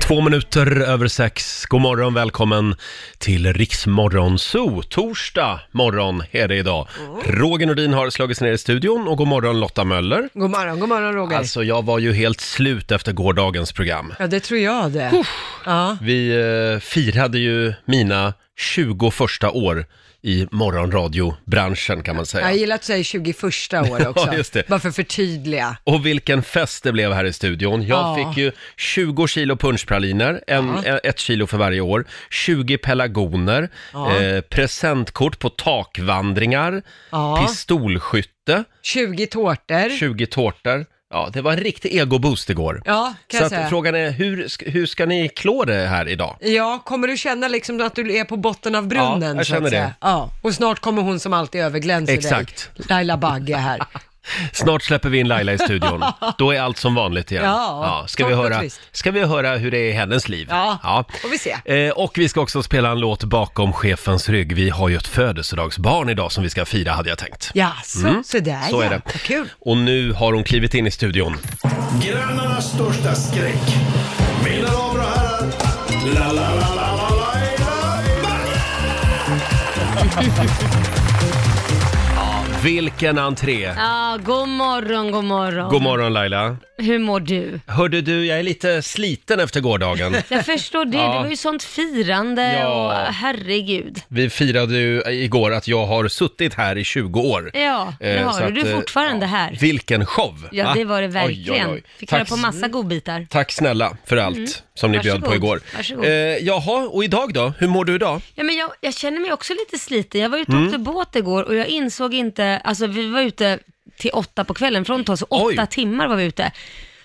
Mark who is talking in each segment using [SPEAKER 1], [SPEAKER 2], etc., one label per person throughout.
[SPEAKER 1] Två minuter över sex. God morgon, välkommen till Riksmorgon Zoo. Torsdag morgon är det idag. Roger Nordin har slagits ner i studion och god morgon Lotta Möller.
[SPEAKER 2] God morgon, god morgon Roger.
[SPEAKER 1] Alltså, jag var ju helt slut efter gårdagens program.
[SPEAKER 2] Ja, det tror jag det. Ja.
[SPEAKER 1] Vi eh, firade ju mina 20 första år i morgonradiobranschen kan man säga.
[SPEAKER 2] Jag gillar att du säger 21 år också.
[SPEAKER 1] Ja, just det.
[SPEAKER 2] Bara för att förtydliga.
[SPEAKER 1] Och vilken fest det blev här i studion. Jag
[SPEAKER 2] Ja.
[SPEAKER 1] fick ju 20 kilo punschpraliner, en, e- ett kilo för varje år, 20 pelargoner,
[SPEAKER 2] Ja.
[SPEAKER 1] eh, presentkort på takvandringar,
[SPEAKER 2] Ja.
[SPEAKER 1] pistolskytte,
[SPEAKER 2] 20 tårtor.
[SPEAKER 1] 20 tårtor. Ja, det var en riktig egoboost igår.
[SPEAKER 2] Ja, kan
[SPEAKER 1] Så
[SPEAKER 2] jag
[SPEAKER 1] att
[SPEAKER 2] säga.
[SPEAKER 1] frågan är, hur, sk- hur ska ni klå det här idag?
[SPEAKER 2] Ja, kommer du känna liksom att du är på botten av brunnen?
[SPEAKER 1] Ja, jag
[SPEAKER 2] så att
[SPEAKER 1] känner
[SPEAKER 2] säga?
[SPEAKER 1] det.
[SPEAKER 2] Ja, och snart kommer hon som alltid överglänser
[SPEAKER 1] Exakt.
[SPEAKER 2] dig. Laila Bagge här.
[SPEAKER 1] Snart släpper vi in Laila i studion. Då är allt som vanligt igen.
[SPEAKER 2] Ja,
[SPEAKER 1] ska, vi
[SPEAKER 2] klart och
[SPEAKER 1] höra,
[SPEAKER 2] trist.
[SPEAKER 1] ska vi höra hur det är i hennes liv?
[SPEAKER 2] Ja, får vi se.
[SPEAKER 1] Eh, och vi ska också spela en låt bakom chefens rygg. Vi har ju ett födelsedagsbarn idag som vi ska fira, hade jag tänkt.
[SPEAKER 2] Ja, så, så där
[SPEAKER 1] Mm. så
[SPEAKER 2] ja.
[SPEAKER 1] är det.
[SPEAKER 2] Vad kul.
[SPEAKER 1] Och nu har hon klivit in i studion.
[SPEAKER 3] Grannarnas största skräck. Mina damer och herrar. La, la, la, la, la, la, la, la.
[SPEAKER 1] Vilken entré!
[SPEAKER 4] Ja, god morgon, god morgon.
[SPEAKER 1] God morgon Laila!
[SPEAKER 4] Hur mår du?
[SPEAKER 1] Hörde du, jag är lite sliten efter gårdagen.
[SPEAKER 4] Jag förstår det,
[SPEAKER 1] Ja.
[SPEAKER 4] det var ju sånt firande
[SPEAKER 1] Ja.
[SPEAKER 4] och herregud.
[SPEAKER 1] Vi firade ju igår att jag har suttit här i 20 år.
[SPEAKER 4] Ja, det
[SPEAKER 1] Eh,
[SPEAKER 4] har
[SPEAKER 1] så
[SPEAKER 4] du.
[SPEAKER 1] att,
[SPEAKER 4] Du är
[SPEAKER 1] eh,
[SPEAKER 4] fortfarande här.
[SPEAKER 1] Vilken show!
[SPEAKER 4] Ja,
[SPEAKER 1] va?
[SPEAKER 4] det var det
[SPEAKER 1] Ah. Oj, oj, oj.
[SPEAKER 4] verkligen. Fick
[SPEAKER 1] Tack
[SPEAKER 4] höra på massa godbitar.
[SPEAKER 1] Tack snälla för allt som ni
[SPEAKER 4] Varsågod.
[SPEAKER 1] bjöd på igår.
[SPEAKER 4] Varsågod.
[SPEAKER 1] Eh, jaha, och idag då? Hur mår du idag?
[SPEAKER 4] Ja, men jag, jag känner mig också lite sliten. Jag var ute och
[SPEAKER 1] Mm.
[SPEAKER 4] åkte båt igår och jag insåg inte, alltså vi var ute till åtta på kvällen, från oss, så åtta
[SPEAKER 1] Oj.
[SPEAKER 4] timmar var vi ute.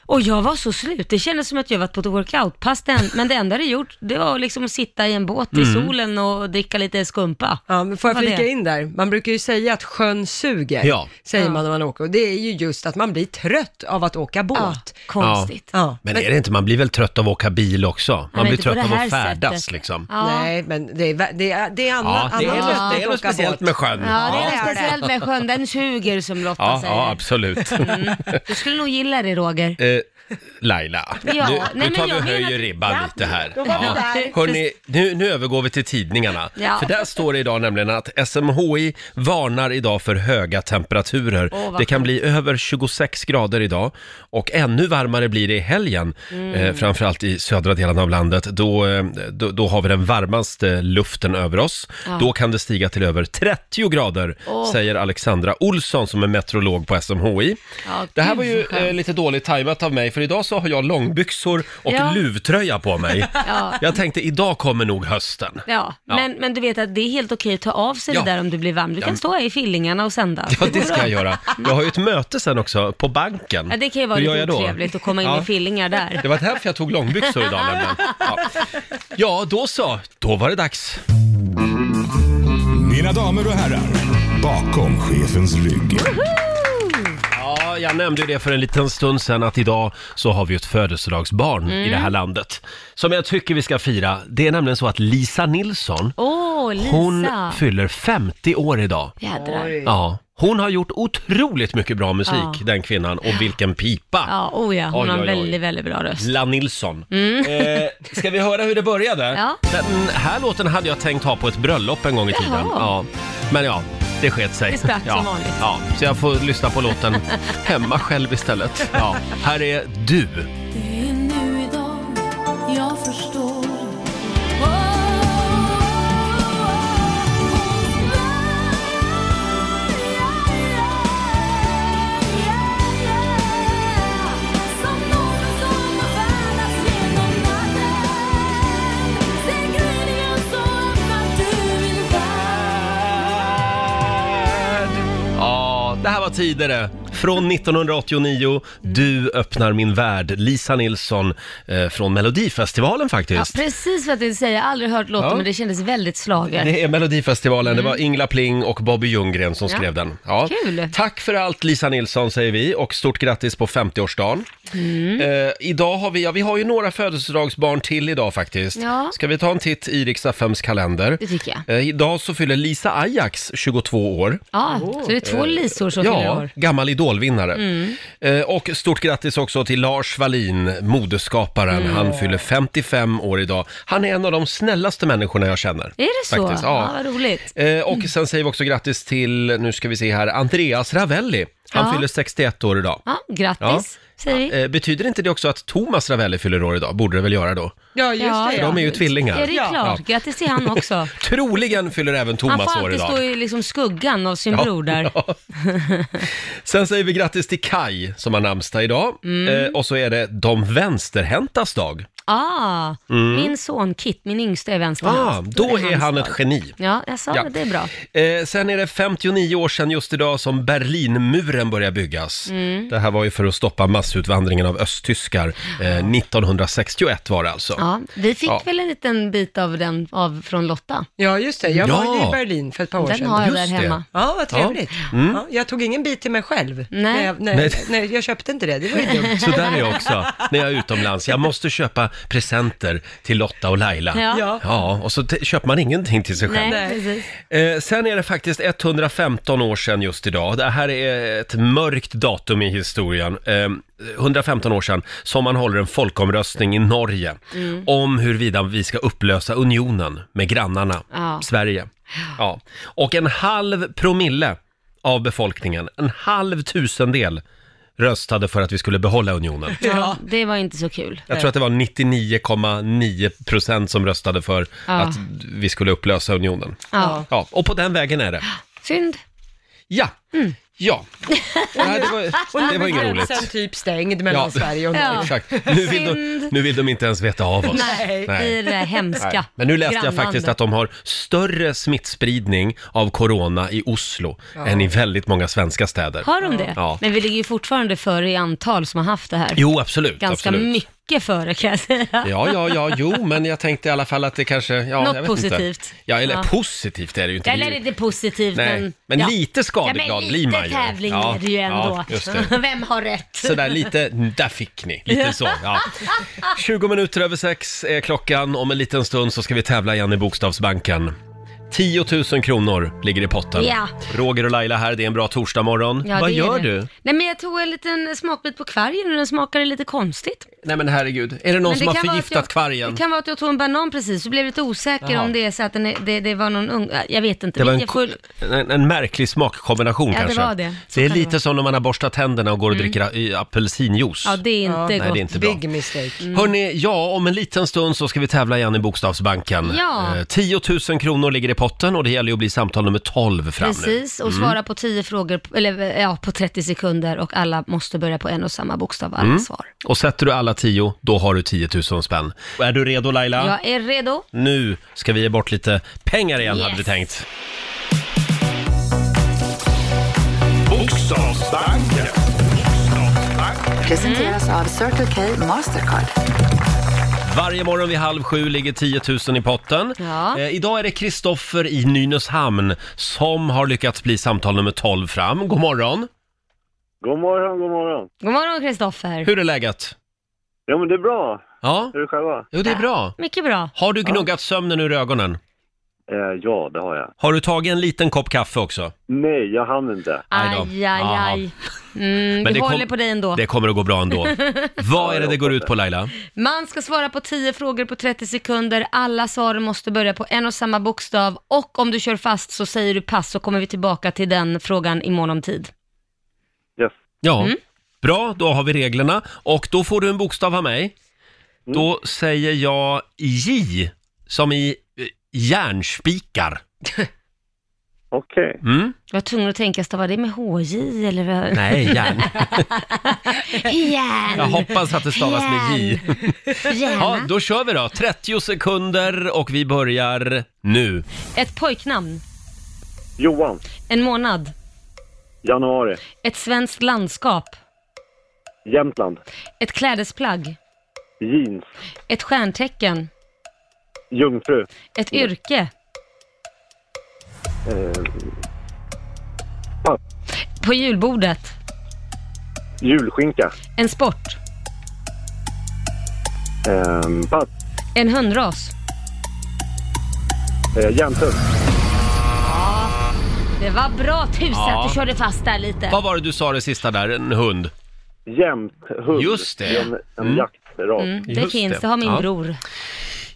[SPEAKER 4] Och jag var så slut, det kändes som att jag varit på ett workoutpass, den- men det enda jag gjort, det var liksom att sitta i en båt i
[SPEAKER 1] Mm.
[SPEAKER 4] solen och dricka lite skumpa.
[SPEAKER 2] Ja, men får jag
[SPEAKER 4] Vad
[SPEAKER 2] flika
[SPEAKER 4] det?
[SPEAKER 2] in där? Man brukar ju säga att sjön suger,
[SPEAKER 1] Ja.
[SPEAKER 2] säger
[SPEAKER 4] Ja.
[SPEAKER 2] man när man åker. Och det är ju just att man blir trött av att åka båt.
[SPEAKER 4] Ja, konstigt.
[SPEAKER 2] Ja.
[SPEAKER 1] Men är det inte, man blir väl trött av att åka bil också? Man
[SPEAKER 4] men
[SPEAKER 1] blir
[SPEAKER 4] inte på
[SPEAKER 1] trött
[SPEAKER 4] det
[SPEAKER 1] av att
[SPEAKER 4] här
[SPEAKER 1] färdas
[SPEAKER 4] sättet.
[SPEAKER 1] liksom.
[SPEAKER 4] Ja.
[SPEAKER 2] Nej, men det är, vä- det är, det är
[SPEAKER 1] Ja,
[SPEAKER 2] annat.
[SPEAKER 1] det är
[SPEAKER 2] annat
[SPEAKER 1] något,
[SPEAKER 2] trött
[SPEAKER 1] det är
[SPEAKER 2] att
[SPEAKER 1] något
[SPEAKER 2] åka
[SPEAKER 1] speciellt
[SPEAKER 2] båt.
[SPEAKER 1] med sjön.
[SPEAKER 4] Ja, det är
[SPEAKER 2] det är
[SPEAKER 4] något
[SPEAKER 2] det.
[SPEAKER 4] speciellt med sjön. Den suger som Lotta
[SPEAKER 1] Mm. ja,
[SPEAKER 4] säger.
[SPEAKER 1] ja absolut.
[SPEAKER 4] Du skulle nog gilla det Roger.
[SPEAKER 1] Eh, Laila,
[SPEAKER 4] Ja,
[SPEAKER 1] nu,
[SPEAKER 4] nej,
[SPEAKER 1] nu
[SPEAKER 4] men
[SPEAKER 1] tar vi
[SPEAKER 4] jag
[SPEAKER 1] och höjer
[SPEAKER 4] menar-
[SPEAKER 1] ribban
[SPEAKER 4] Ja,
[SPEAKER 1] lite här.
[SPEAKER 4] då var vi där.
[SPEAKER 1] Hörrni, nu, nu övergår vi till tidningarna.
[SPEAKER 4] Ja.
[SPEAKER 1] För där står det idag nämligen att SMHI varnar idag för höga temperaturer.
[SPEAKER 4] Åh, vad
[SPEAKER 1] det kan
[SPEAKER 4] skönt.
[SPEAKER 1] bli över 26 grader idag och ännu varmare blir det i helgen.
[SPEAKER 4] Mm.
[SPEAKER 1] Eh, framförallt i södra delen av landet. Då, eh, då, då har vi den varmaste luften över oss. Då kan det stiga till över 30 grader,
[SPEAKER 4] Åh.
[SPEAKER 1] säger Alexandra Olsson som är meteorolog på SMHI.
[SPEAKER 4] Ja,
[SPEAKER 1] Det här
[SPEAKER 4] gud,
[SPEAKER 1] var ju
[SPEAKER 4] vad skönt.
[SPEAKER 1] eh, lite dåligt tajmat av mig, för idag så har jag långbyxor och
[SPEAKER 4] Ja.
[SPEAKER 1] luvtröja på mig.
[SPEAKER 4] Ja.
[SPEAKER 1] Jag tänkte, idag kommer nog hösten.
[SPEAKER 4] Ja, Men, men du vet att det är helt okej att ta av sig
[SPEAKER 1] Ja.
[SPEAKER 4] det där om du blir varm. Du kan stå här i fillingarna och sända.
[SPEAKER 1] Ja, det ska jag göra. Jag har ju ett möte sen också, på banken.
[SPEAKER 4] Ja, det kan ju vara
[SPEAKER 1] Hur gör
[SPEAKER 4] lite
[SPEAKER 1] jag då?
[SPEAKER 4] otrevligt att komma in
[SPEAKER 1] Ja.
[SPEAKER 4] med fillingar där.
[SPEAKER 1] Det var därför jag tog långbyxor idag nämligen. Ja. ja, då så. Då var det dags.
[SPEAKER 3] Mina damer och herrar. Bakom chefens rygg.
[SPEAKER 1] Ja, jag nämnde ju det för en liten stund sedan att idag så har vi ett födelsedagsbarn i det här
[SPEAKER 4] Mm.
[SPEAKER 1] landet. Som jag tycker vi ska fira. Det är nämligen så att Lisa Nilsson,
[SPEAKER 4] Åh,
[SPEAKER 1] hon
[SPEAKER 4] Lisa.
[SPEAKER 1] fyller 50 år idag.
[SPEAKER 4] Jädrar.
[SPEAKER 2] Oj.
[SPEAKER 1] Ja, hon har gjort otroligt mycket bra musik,
[SPEAKER 4] Ja.
[SPEAKER 1] den kvinnan. Och vilken pipa!
[SPEAKER 4] Ja, oh ja. Hon
[SPEAKER 1] Oj,
[SPEAKER 4] har en
[SPEAKER 1] oj, oj.
[SPEAKER 4] väldigt, väldigt bra röst.
[SPEAKER 1] La Nilsson. Eh, ska vi höra hur det började?
[SPEAKER 4] Ja.
[SPEAKER 1] Den här låten hade jag tänkt ha på ett bröllop en gång i tiden.
[SPEAKER 4] Jaha.
[SPEAKER 1] Ja. Men ja, det sket sig.
[SPEAKER 4] Det sprack
[SPEAKER 1] ja.
[SPEAKER 4] som vanligt.
[SPEAKER 1] Ja, så jag får lyssna på låten hemma själv istället. Ja. Här är Du.
[SPEAKER 5] Det är nu idag jag förstår Åh, hos mig, yeah, yeah, yeah, yeah. Som någon som har färdats genom natten Ser gryningen så öppnat du vill värld
[SPEAKER 1] Ja, det här var tidigare. Från 1989, Du öppnar min värld, Lisa Nilsson eh, från Melodifestivalen
[SPEAKER 4] Ja,
[SPEAKER 1] faktiskt.
[SPEAKER 4] precis vad jag tänkte säga. Jag har aldrig hört låten,
[SPEAKER 1] Ja.
[SPEAKER 4] men det kändes väldigt slagen.
[SPEAKER 1] Det är Melodifestivalen, det var Ingla Pling och Bobby Ljunggren som
[SPEAKER 4] Mm. Ja.
[SPEAKER 1] skrev den. Ja.
[SPEAKER 4] Kul.
[SPEAKER 1] Tack för allt Lisa Nilsson säger vi och stort grattis på 50-årsdagen.
[SPEAKER 4] Mm.
[SPEAKER 1] Eh, idag har vi, ja vi har ju några födelsedagsbarn till idag faktiskt.
[SPEAKER 4] Ja.
[SPEAKER 1] Ska vi ta en titt i Rix FMs kalender?
[SPEAKER 4] Det tycker jag.
[SPEAKER 1] Eh, idag så fyller Lisa Ajax 22 år.
[SPEAKER 4] Ja, så det är två Lisor som fyller
[SPEAKER 1] Eh, Ja,
[SPEAKER 4] år. Mm.
[SPEAKER 1] gammal idolvinnare. Eh, Och stort grattis också till Lars Wallin, modeskaparen.
[SPEAKER 4] Mm.
[SPEAKER 1] Han fyller 55 år idag. Han är en av de snällaste människorna jag känner.
[SPEAKER 4] Är det så?
[SPEAKER 1] Faktiskt, ja.
[SPEAKER 4] vad roligt.
[SPEAKER 1] Eh, Och sen säger vi också grattis till, nu ska vi se här, Andreas Ravelli. Han
[SPEAKER 4] Ja.
[SPEAKER 1] fyller 61 år idag.
[SPEAKER 4] Ja, grattis, säger vi.
[SPEAKER 1] Eh, Betyder inte det också att Thomas Ravelli fyller år idag? Borde det väl göra då?
[SPEAKER 2] Ja, just
[SPEAKER 4] Ja,
[SPEAKER 2] det.
[SPEAKER 4] ja.
[SPEAKER 1] De är ju tvillingar.
[SPEAKER 4] Ja, det är klart.
[SPEAKER 1] Ja.
[SPEAKER 4] Grattis till han också.
[SPEAKER 1] Troligen fyller även
[SPEAKER 4] Han
[SPEAKER 1] Thomas
[SPEAKER 4] får
[SPEAKER 1] år
[SPEAKER 4] alltid
[SPEAKER 1] idag.
[SPEAKER 4] stå i liksom skuggan av sin
[SPEAKER 1] Ja,
[SPEAKER 4] bror där.
[SPEAKER 1] ja. Sen säger vi grattis till Kai som har namnsdag idag.
[SPEAKER 4] Mm.
[SPEAKER 1] Eh, och så är det de vänsterhäntas dag.
[SPEAKER 4] Ah, Min son Kit, min yngsta, är vänsterhänt.
[SPEAKER 1] Mm. Ah, då är han ett geni.
[SPEAKER 4] Ja, jag sa
[SPEAKER 1] Ja.
[SPEAKER 4] det, det är bra.
[SPEAKER 1] Eh, sen är det 59 år sedan just idag som Berlinmuren började byggas. Det här var ju för att stoppa massutvandringen av östtyskar. Eh, 1961 var det alltså.
[SPEAKER 4] Ja, vi fick
[SPEAKER 1] Ja.
[SPEAKER 4] väl en liten bit av den av, från Lotta.
[SPEAKER 2] Ja, just det. Jag var
[SPEAKER 1] Ja.
[SPEAKER 2] ju i Berlin för ett par år
[SPEAKER 4] Den
[SPEAKER 2] sedan.
[SPEAKER 4] har jag
[SPEAKER 1] Just
[SPEAKER 4] där
[SPEAKER 1] det.
[SPEAKER 4] hemma.
[SPEAKER 2] Ja, vad trevligt. Ja. jag tog ingen bit till mig själv.
[SPEAKER 4] Nej.
[SPEAKER 2] När jag, när,
[SPEAKER 1] Mm. Nej.
[SPEAKER 2] Nej, jag köpte inte det. Det var ju dumt.
[SPEAKER 1] Så där är jag också när jag är utomlands. Jag måste köpa presenter till Lotta och Laila.
[SPEAKER 4] Ja.
[SPEAKER 2] Ja.
[SPEAKER 1] Ja, och så te- köper man ingenting till sig själv.
[SPEAKER 4] Nej,
[SPEAKER 2] Nej.
[SPEAKER 4] precis.
[SPEAKER 1] Eh, sen är det faktiskt 115 år sedan just idag. Det här är ett mörkt datum i historien. Eh, 115 år sedan som man håller en folkomröstning i Norge
[SPEAKER 4] Mm.
[SPEAKER 1] om huruvida vi ska upplösa unionen med grannarna,
[SPEAKER 4] Ja.
[SPEAKER 1] Sverige. Ja. Och en halv promille av befolkningen, en halv tusendel röstade för att vi skulle behålla unionen.
[SPEAKER 4] Ja, det var inte så kul.
[SPEAKER 1] Jag tror att det var 99,9 procent som röstade för
[SPEAKER 4] Ja.
[SPEAKER 1] att vi skulle upplösa unionen.
[SPEAKER 4] Ja.
[SPEAKER 1] Ja, och på den vägen är det.
[SPEAKER 4] Synd.
[SPEAKER 1] Ja.
[SPEAKER 4] Mm.
[SPEAKER 1] Ja. Nej, det var, det var inget roligt.
[SPEAKER 2] Gränsen typ stängd mellan
[SPEAKER 1] Ja.
[SPEAKER 2] Sverige och
[SPEAKER 4] Ja.
[SPEAKER 2] Norge.
[SPEAKER 1] Exakt. Nu vill, de, nu vill de inte ens veta av oss.
[SPEAKER 2] Nej.
[SPEAKER 4] I det där eh, hemska
[SPEAKER 1] Nej. Men nu läste jag
[SPEAKER 4] grannlandet.
[SPEAKER 1] faktiskt att de har större smittspridning av corona i Oslo än i väldigt många svenska städer.
[SPEAKER 4] Har de det?
[SPEAKER 1] Ja.
[SPEAKER 4] Men vi ligger ju fortfarande före i antal som har haft det här.
[SPEAKER 1] Jo, absolut.
[SPEAKER 4] Ganska
[SPEAKER 1] absolut.
[SPEAKER 4] mycket före kan jag säga.
[SPEAKER 1] Ja, ja, ja, jo, men jag tänkte i alla fall att det kanske... Ja,
[SPEAKER 4] Något
[SPEAKER 1] jag vet Inte.
[SPEAKER 4] positivt.
[SPEAKER 1] Ja, eller
[SPEAKER 4] Ja.
[SPEAKER 1] positivt är det ju inte.
[SPEAKER 4] Eller är det positivt,
[SPEAKER 1] Nej,
[SPEAKER 4] men...
[SPEAKER 1] men
[SPEAKER 4] ja.
[SPEAKER 1] lite skadeglad
[SPEAKER 4] ja, men
[SPEAKER 1] blir man ju.
[SPEAKER 4] Lite tävling
[SPEAKER 1] Ja,
[SPEAKER 4] är det ju ändå.
[SPEAKER 1] ja, just det.
[SPEAKER 4] Vem har rätt?
[SPEAKER 1] Sådär lite, där fick ni, lite så. Ja. 20 minuter över sex är klockan. Om en liten stund så ska vi tävla igen i Bokstavsbanken. 10 000 kronor ligger i potten.
[SPEAKER 4] Ja.
[SPEAKER 1] Roger och Laila här, det är en bra torsdagmorgon.
[SPEAKER 4] Ja,
[SPEAKER 1] Vad
[SPEAKER 4] det är
[SPEAKER 1] gör
[SPEAKER 4] det.
[SPEAKER 1] du?
[SPEAKER 4] Nej men jag tog en liten smakbit på kvargen och den smakade lite konstigt.
[SPEAKER 1] Nej men herregud, är det någon
[SPEAKER 4] Men
[SPEAKER 1] som har
[SPEAKER 4] kan vara att
[SPEAKER 1] förgiftat
[SPEAKER 4] jag,
[SPEAKER 1] kvargen?
[SPEAKER 4] Det kan vara att jag tog en banan precis, så blev jag lite osäker
[SPEAKER 1] Jaha.
[SPEAKER 4] om det är så att den är, det, det var någon ung, äh, jag vet inte.
[SPEAKER 1] Det var en,
[SPEAKER 4] jag får-
[SPEAKER 1] en, en märklig smakkombination
[SPEAKER 4] Ja, det
[SPEAKER 1] kanske.
[SPEAKER 4] var det. Så
[SPEAKER 1] är
[SPEAKER 4] kan det
[SPEAKER 1] lite
[SPEAKER 4] vara. Mm.
[SPEAKER 1] som när man har borstat tänderna och går och dricker a- i apelsinjuice.
[SPEAKER 4] ja det är inte
[SPEAKER 2] Ja.
[SPEAKER 4] gott.
[SPEAKER 1] Nej, det är inte bra.
[SPEAKER 2] Big mistake.
[SPEAKER 4] Mm.
[SPEAKER 1] Hörni, ja, om en liten stund så ska vi tävla igen i Bokstavsbanken.
[SPEAKER 4] Ja.
[SPEAKER 1] Eh, 10 000 kronor ligger i potten och det gäller ju att bli samtal nummer 12 fram nu.
[SPEAKER 4] Precis, och svara på 10 frågor, eller ja, på 30 sekunder och alla måste börja på en och samma bokstav,
[SPEAKER 1] Mm.
[SPEAKER 4] alla svar.
[SPEAKER 1] Och sätter du alla 10, då har du 10 000 spänn. Och är du redo Laila?
[SPEAKER 4] Jag är redo.
[SPEAKER 1] Nu ska vi ge bort lite pengar igen
[SPEAKER 4] Yes.
[SPEAKER 1] hade vi tänkt.
[SPEAKER 3] Bokstavsbanken.
[SPEAKER 6] Presenteras av Circle K Mastercard.
[SPEAKER 1] Varje morgon vid halv sju ligger 10 000 i potten.
[SPEAKER 4] Ja.
[SPEAKER 1] Eh, idag är det Kristoffer i Nynäshamn som har lyckats bli samtal nummer 12 fram. God morgon!
[SPEAKER 7] God morgon, god morgon.
[SPEAKER 4] God morgon Kristoffer.
[SPEAKER 1] Hur är läget?
[SPEAKER 7] Ja, men det är bra.
[SPEAKER 1] Ja,
[SPEAKER 7] Hur är det själva?
[SPEAKER 1] jo det är bra.
[SPEAKER 4] Mycket bra.
[SPEAKER 1] Har du gnuggat sömnen ur ögonen?
[SPEAKER 7] Eh, ja, det har jag.
[SPEAKER 1] Har du tagit en liten kopp kaffe också?
[SPEAKER 7] Nej, jag hann inte.
[SPEAKER 1] Aj
[SPEAKER 4] Aj,
[SPEAKER 1] då.
[SPEAKER 4] aj,
[SPEAKER 1] Ja.
[SPEAKER 4] aj. Mm,
[SPEAKER 1] Men
[SPEAKER 4] vi
[SPEAKER 1] det kom-
[SPEAKER 4] håller på dig ändå.
[SPEAKER 1] Det kommer att gå bra ändå. Vad är det det går ut på Laila?
[SPEAKER 4] Man ska svara på 10 frågor på 30 sekunder. Alla svaren måste börja på en och samma bokstav. Och om du kör fast så säger du pass så kommer vi tillbaka till den frågan imorgon om tid.
[SPEAKER 7] Yes.
[SPEAKER 1] Ja, bra, då har vi reglerna. Och då får du en bokstav av mig. Då säger jag J, som i eh, järnspikar.
[SPEAKER 7] Okej.
[SPEAKER 1] Mm?
[SPEAKER 4] Jag var tvungen att tänka, stavar det med HJ eller? vad?
[SPEAKER 1] Nej, järn. Jag
[SPEAKER 4] Järn!
[SPEAKER 1] hoppas att det stavas med J. Ja,
[SPEAKER 4] Järna.
[SPEAKER 1] då kör vi då. 30 sekunder och vi börjar nu.
[SPEAKER 4] Ett pojknamn.
[SPEAKER 7] Johan,
[SPEAKER 4] En månad.
[SPEAKER 7] januari,
[SPEAKER 4] Ett svenskt landskap.
[SPEAKER 7] Jämtland,
[SPEAKER 4] Ett klädesplagg.
[SPEAKER 7] jeans,
[SPEAKER 4] Ett stjärntecken.
[SPEAKER 7] jungfru,
[SPEAKER 4] Ett yrke.
[SPEAKER 7] eh, pass,
[SPEAKER 4] På julbordet.
[SPEAKER 7] julskinka,
[SPEAKER 4] En sport.
[SPEAKER 7] eh, pass,
[SPEAKER 4] En hundras.
[SPEAKER 7] eh, jämthund.
[SPEAKER 4] Det var bra, tusen
[SPEAKER 1] Ja.
[SPEAKER 4] att du körde fast där lite.
[SPEAKER 1] Vad var det du sa det sista där? En hund?
[SPEAKER 7] Jämt hund.
[SPEAKER 1] Just det.
[SPEAKER 7] En, en jaktras.
[SPEAKER 4] Mm, det
[SPEAKER 1] Just
[SPEAKER 4] finns,
[SPEAKER 1] det.
[SPEAKER 4] det, har min
[SPEAKER 1] Ja.
[SPEAKER 4] bror.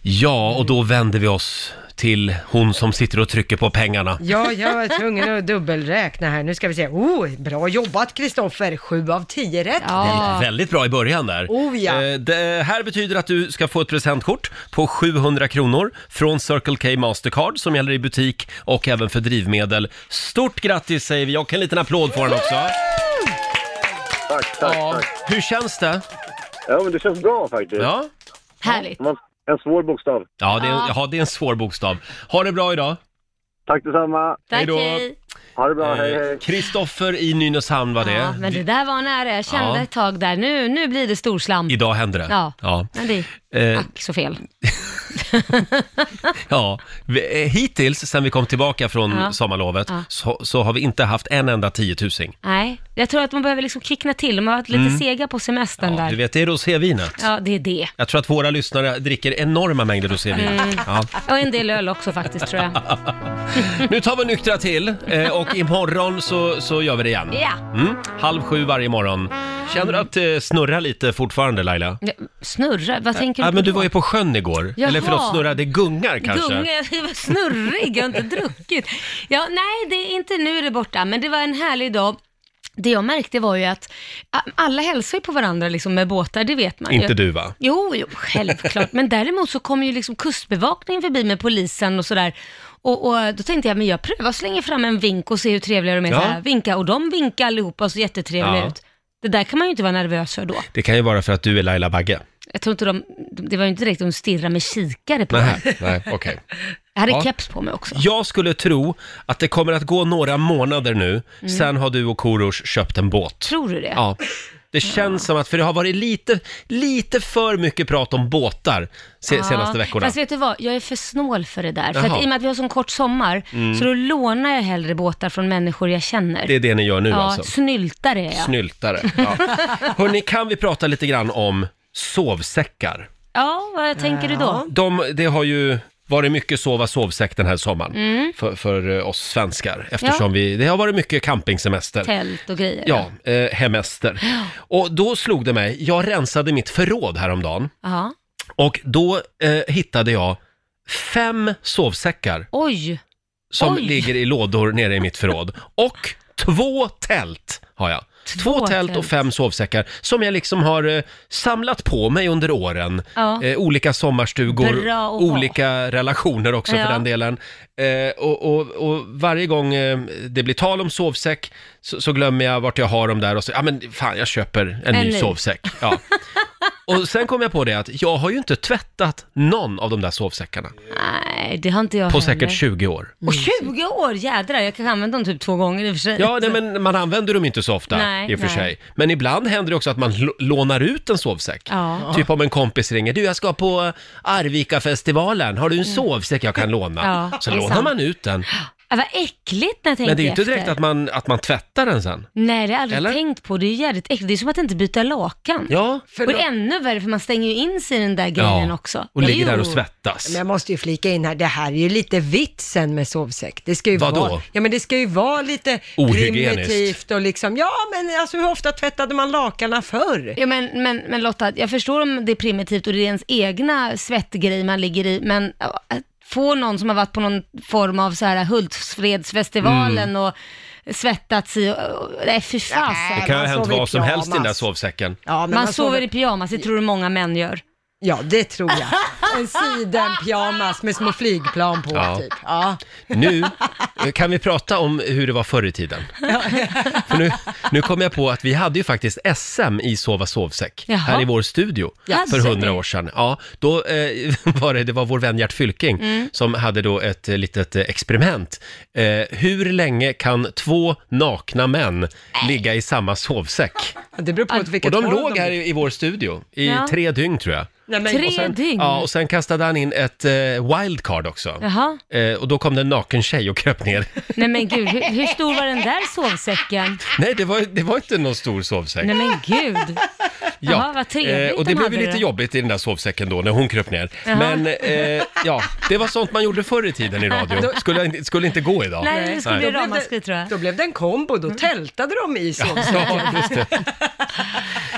[SPEAKER 1] Ja, och då vänder vi oss till hon som sitter och trycker på pengarna.
[SPEAKER 2] Ja, jag var tvungen att dubbelräkna här. Nu ska vi se. Oh, bra jobbat Kristoffer! Sju av tio rätt.
[SPEAKER 4] Ja.
[SPEAKER 1] Väldigt bra i början där.
[SPEAKER 2] Oh, ja.
[SPEAKER 1] Eh, Det här betyder att du ska få ett presentkort på 700 kronor från Circle K Mastercard som gäller i butik och även för drivmedel. Stort grattis säger vi och en liten applåd får han också.
[SPEAKER 7] Tack, tack,
[SPEAKER 1] Ja.
[SPEAKER 7] tack.
[SPEAKER 1] Hur känns det?
[SPEAKER 7] Ja, men det känns bra faktiskt.
[SPEAKER 1] Ja,
[SPEAKER 4] Härligt.
[SPEAKER 7] Det var En svår bokstav.
[SPEAKER 1] ja, det, är, ja det är en svår bokstav. Ha det bra idag.
[SPEAKER 7] Tack detsamma.
[SPEAKER 1] Hej
[SPEAKER 4] Tack,
[SPEAKER 1] då.
[SPEAKER 4] hej.
[SPEAKER 7] Ha det bra, hej
[SPEAKER 1] Eh,
[SPEAKER 7] hej.
[SPEAKER 1] Kristoffer i Nynäshamn var det.
[SPEAKER 4] Ja, men det där var nära. Jag kände
[SPEAKER 1] Ja.
[SPEAKER 4] ett tag där. Nu, nu blir det storslam.
[SPEAKER 1] Idag hände det.
[SPEAKER 4] Ja.
[SPEAKER 1] Ja.
[SPEAKER 4] Men det
[SPEAKER 1] Eh,
[SPEAKER 4] ack så fel.
[SPEAKER 1] ja. Vi- eh, Hittills, sen vi kom tillbaka från
[SPEAKER 4] Ja.
[SPEAKER 1] sommarlovet,
[SPEAKER 4] Ja.
[SPEAKER 1] så, så har vi inte haft en enda tiotusing.
[SPEAKER 4] Nej, jag tror att man behöver liksom kvickna till. Man har varit lite sega på semestern
[SPEAKER 1] Mm. Ja,
[SPEAKER 4] där.
[SPEAKER 1] du vet, det är rosévinet.
[SPEAKER 4] Ja, det är det.
[SPEAKER 1] Jag tror att våra lyssnare dricker enorma mängder rosévin.
[SPEAKER 4] Mm.
[SPEAKER 1] Ja.
[SPEAKER 4] Och en del öl också faktiskt tror jag.
[SPEAKER 1] Nu tar vi nyktra till eh, och imorgon så, så gör vi det igen.
[SPEAKER 4] Ja.
[SPEAKER 1] Mm. Halv sju varje morgon. Känner du att det snurrar lite fortfarande Laila?
[SPEAKER 4] Ja, Snurra, vad tänker
[SPEAKER 1] Ja,
[SPEAKER 4] du på
[SPEAKER 1] men du
[SPEAKER 4] då?
[SPEAKER 1] var ju på sjön igår.
[SPEAKER 4] Jaha.
[SPEAKER 1] Eller förlåt, snurra, det gungar kanske.
[SPEAKER 4] Gunga, jag var snurrig, jag har inte druckit. Ja, nej, det är inte nu är det borta, men det var en härlig dag. Det jag märkte var ju att a- alla hälsar ju på varandra liksom med båtar, det vet man ju.
[SPEAKER 1] Inte du va?
[SPEAKER 4] Jo, jo, självklart. Men däremot så kom ju liksom kustbevakningen förbi med polisen och sådär. Och, och då tänkte jag, men jag prövar, slänger fram en vink och ser hur trevliga de är.
[SPEAKER 1] Ja.
[SPEAKER 4] Så här, vinka, och de vinkar allihopa och ser jättetrevliga
[SPEAKER 1] Ja.
[SPEAKER 4] ut. Det där kan man ju inte vara nervös för då.
[SPEAKER 1] Det kan ju vara för att du är Laila Bagge.
[SPEAKER 4] Jag tror inte de, det var ju inte direkt de stirrade med kikare på mig.
[SPEAKER 1] Nej, nej, okej.
[SPEAKER 4] Jag hade
[SPEAKER 1] Ja.
[SPEAKER 4] keps på mig också.
[SPEAKER 1] Jag skulle tro att det kommer att gå några månader nu,
[SPEAKER 4] Mm.
[SPEAKER 1] sen har du och Korosh köpt en båt.
[SPEAKER 4] Tror du det?
[SPEAKER 1] Ja. Det känns som att, för det har varit lite, lite för mycket prat om båtar se, senaste
[SPEAKER 4] Ja,
[SPEAKER 1] veckorna.
[SPEAKER 4] Fast vet du vad, jag är för snål för det där. För
[SPEAKER 1] Jaha. Mm.
[SPEAKER 4] att i och med att vi har sån kort sommar, så då lånar jag hellre båtar från människor jag känner.
[SPEAKER 1] Det är det ni gör nu
[SPEAKER 4] ja,
[SPEAKER 1] alltså?
[SPEAKER 4] snyltare är jag.
[SPEAKER 1] Snyltare. Ja. Hörni, kan vi prata lite grann om sovsäckar?
[SPEAKER 4] ja, vad tänker du då?
[SPEAKER 1] De, det har ju varit mycket sova sovsäck den här sommaren för, för eh, oss svenskar eftersom
[SPEAKER 4] Mm. Ja.
[SPEAKER 1] vi, det har varit mycket campingsemester.
[SPEAKER 4] Tält och grejer.
[SPEAKER 1] Ja, eh, hemester. Och då slog det mig, jag rensade mitt förråd häromdagen
[SPEAKER 4] Ja.
[SPEAKER 1] och då eh, hittade jag fem sovsäckar
[SPEAKER 4] Oj,
[SPEAKER 1] som
[SPEAKER 4] Oj.
[SPEAKER 1] ligger i lådor nere i mitt förråd. Och två tält har jag. Två,
[SPEAKER 4] Två
[SPEAKER 1] tält och
[SPEAKER 4] tält.
[SPEAKER 1] fem sovsäckar som jag liksom har eh, samlat på mig under åren.
[SPEAKER 4] Ja.
[SPEAKER 1] Eh, olika sommarstugor,
[SPEAKER 4] Bra att ha.
[SPEAKER 1] olika relationer också
[SPEAKER 4] Ja.
[SPEAKER 1] för den delen. Eh, och, och, och varje gång eh, det blir tal om sovsäck så, så glömmer jag vart jag har dem där och så, ja men fan jag köper en,
[SPEAKER 4] En
[SPEAKER 1] ny
[SPEAKER 4] ny.
[SPEAKER 1] sovsäck. Ja. och sen kom jag på det att jag har ju inte tvättat någon av de där sovsäckarna
[SPEAKER 4] nej det har inte jag
[SPEAKER 1] på
[SPEAKER 4] heller.
[SPEAKER 1] säkert 20 år.
[SPEAKER 4] Och 20 år, jädrar. Jag kanske använt dem typ två gånger i och för sig.
[SPEAKER 1] Ja, nej, men man använder dem inte så ofta
[SPEAKER 4] Nej,
[SPEAKER 1] i och för
[SPEAKER 4] nej.
[SPEAKER 1] sig. Men ibland händer det också att man lå- lånar ut en sovsäck.
[SPEAKER 4] Ja.
[SPEAKER 1] Typ om en kompis ringer, du jag ska på Arvika-festivalen, har du en sovsäck jag kan låna?
[SPEAKER 4] Mm. Ja,
[SPEAKER 1] så
[SPEAKER 4] det är
[SPEAKER 1] lånar
[SPEAKER 4] sant.
[SPEAKER 1] man ut den.
[SPEAKER 4] Ja, vad äckligt när jag tänker
[SPEAKER 1] Men det är ju inte direkt
[SPEAKER 4] efter.
[SPEAKER 1] att man, att man tvättar den sen.
[SPEAKER 4] Nej, det har jag aldrig
[SPEAKER 1] Eller?
[SPEAKER 4] tänkt på. Det är ju jävligt äckligt. Det är som att inte byta lakan.
[SPEAKER 1] Ja,
[SPEAKER 4] Och det är ännu värre, för man stänger ju in sig i den där grejen
[SPEAKER 1] Ja.
[SPEAKER 4] också.
[SPEAKER 1] och ligger där och
[SPEAKER 4] Jo.
[SPEAKER 1] svettas.
[SPEAKER 2] Men jag måste ju flika in här, det här är ju lite vitsen med sovsäck. Det ska ju
[SPEAKER 1] Vadå?
[SPEAKER 2] vara, ja men det ska ju vara lite
[SPEAKER 1] Ohygieniskt.
[SPEAKER 2] primitivt och liksom, ja men alltså hur ofta tvättade man lakanen förr?
[SPEAKER 4] Ja, men, men, men Lotta, jag förstår om det är primitivt och det är ens egna svettgrej man ligger i, men ja, att få någon som har varit på någon form av så här Hultsfredsfestivalen och svettats i, och- nej fy
[SPEAKER 1] Det kan
[SPEAKER 4] fasen.
[SPEAKER 1] ju ha
[SPEAKER 2] man
[SPEAKER 1] hänt
[SPEAKER 2] sover i
[SPEAKER 1] vad som helst i den där
[SPEAKER 2] pyjamas.
[SPEAKER 1] sovsäcken.
[SPEAKER 2] Ja, men
[SPEAKER 4] Man
[SPEAKER 1] alltså-
[SPEAKER 4] sover i pyjamas, det tror du många män gör.
[SPEAKER 2] Ja, det tror jag. En sidenpyjamas med små flygplan på
[SPEAKER 1] Ja.
[SPEAKER 2] typ. Ja.
[SPEAKER 1] Nu eh, kan vi prata om hur det var förr i tiden. För nu, nu kom jag på att vi hade ju faktiskt SM i Sova sovsäck
[SPEAKER 4] Jaha.
[SPEAKER 1] här i vår studio
[SPEAKER 4] Ja.
[SPEAKER 1] för
[SPEAKER 4] Alltså,
[SPEAKER 1] hundra
[SPEAKER 4] det-
[SPEAKER 1] år sedan. Ja, då eh, var det, det var vår vän Gert Fylking
[SPEAKER 4] Mm.
[SPEAKER 1] som hade då ett eh, litet eh, experiment. Eh, hur länge kan två nakna män ligga i samma sovsäck?
[SPEAKER 2] Det beror på åt
[SPEAKER 1] Och
[SPEAKER 2] vilket
[SPEAKER 1] de
[SPEAKER 2] håll
[SPEAKER 1] låg här
[SPEAKER 2] gick.
[SPEAKER 1] i, i vår studio i
[SPEAKER 4] Ja.
[SPEAKER 1] tre dygn tror jag.
[SPEAKER 2] Nej, men,
[SPEAKER 4] Tre
[SPEAKER 1] Och sen,
[SPEAKER 4] dygn?
[SPEAKER 1] ja, och sen kastade han in ett eh, wildcard också.
[SPEAKER 4] Jaha.
[SPEAKER 1] Eh, och då kom det en naken tjej och kröp ner.
[SPEAKER 4] Nej men gud, hur, hur stor var den där sovsäcken?
[SPEAKER 1] Nej, det var, det var inte någon stor sovsäck. Eh,
[SPEAKER 4] Nej men gud. jaha, vad trevligt
[SPEAKER 1] och det
[SPEAKER 4] de
[SPEAKER 1] blev
[SPEAKER 4] hade
[SPEAKER 1] ju lite
[SPEAKER 4] det.
[SPEAKER 1] jobbigt i den där sovsäcken då, när hon kröp ner. Men eh, ja, det var sånt man gjorde förr i tiden i radio. Skulle, inte- skulle inte gå idag.
[SPEAKER 4] Nej, det skulle
[SPEAKER 1] Nej.
[SPEAKER 4] bli
[SPEAKER 2] blev det-
[SPEAKER 4] ramaskri tror jag. Mm.
[SPEAKER 2] Då blev det en kombo, då tältade de i sovsäcken.
[SPEAKER 1] Ja, just det.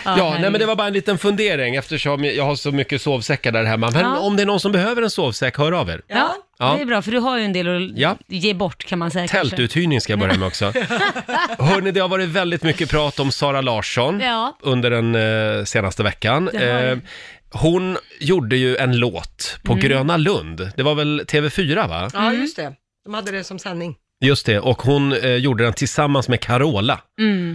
[SPEAKER 1] Ja, nej,
[SPEAKER 4] herregud.
[SPEAKER 1] men det var bara en liten fundering eftersom jag har så mycket sovsäckar där hemma. Men
[SPEAKER 4] Ja.
[SPEAKER 1] om det är någon som behöver en sovsäck, hör av er.
[SPEAKER 4] Ja,
[SPEAKER 1] Ja.
[SPEAKER 4] det är bra för du har ju en del att
[SPEAKER 1] Ja.
[SPEAKER 4] ge bort kan man säga kanske.
[SPEAKER 1] Tältuthyrning ska jag börja med också. Hörni, det har varit väldigt mycket prat om Sara Larsson
[SPEAKER 4] Ja.
[SPEAKER 1] under den eh, senaste veckan.
[SPEAKER 4] Det har det.
[SPEAKER 1] Eh, hon gjorde ju en låt på
[SPEAKER 4] Mm.
[SPEAKER 1] Gröna Lund. Det var väl TV4 va?
[SPEAKER 2] Ja, just det. De hade det som sanning.
[SPEAKER 1] Just det, och hon eh, gjorde den tillsammans med Carola.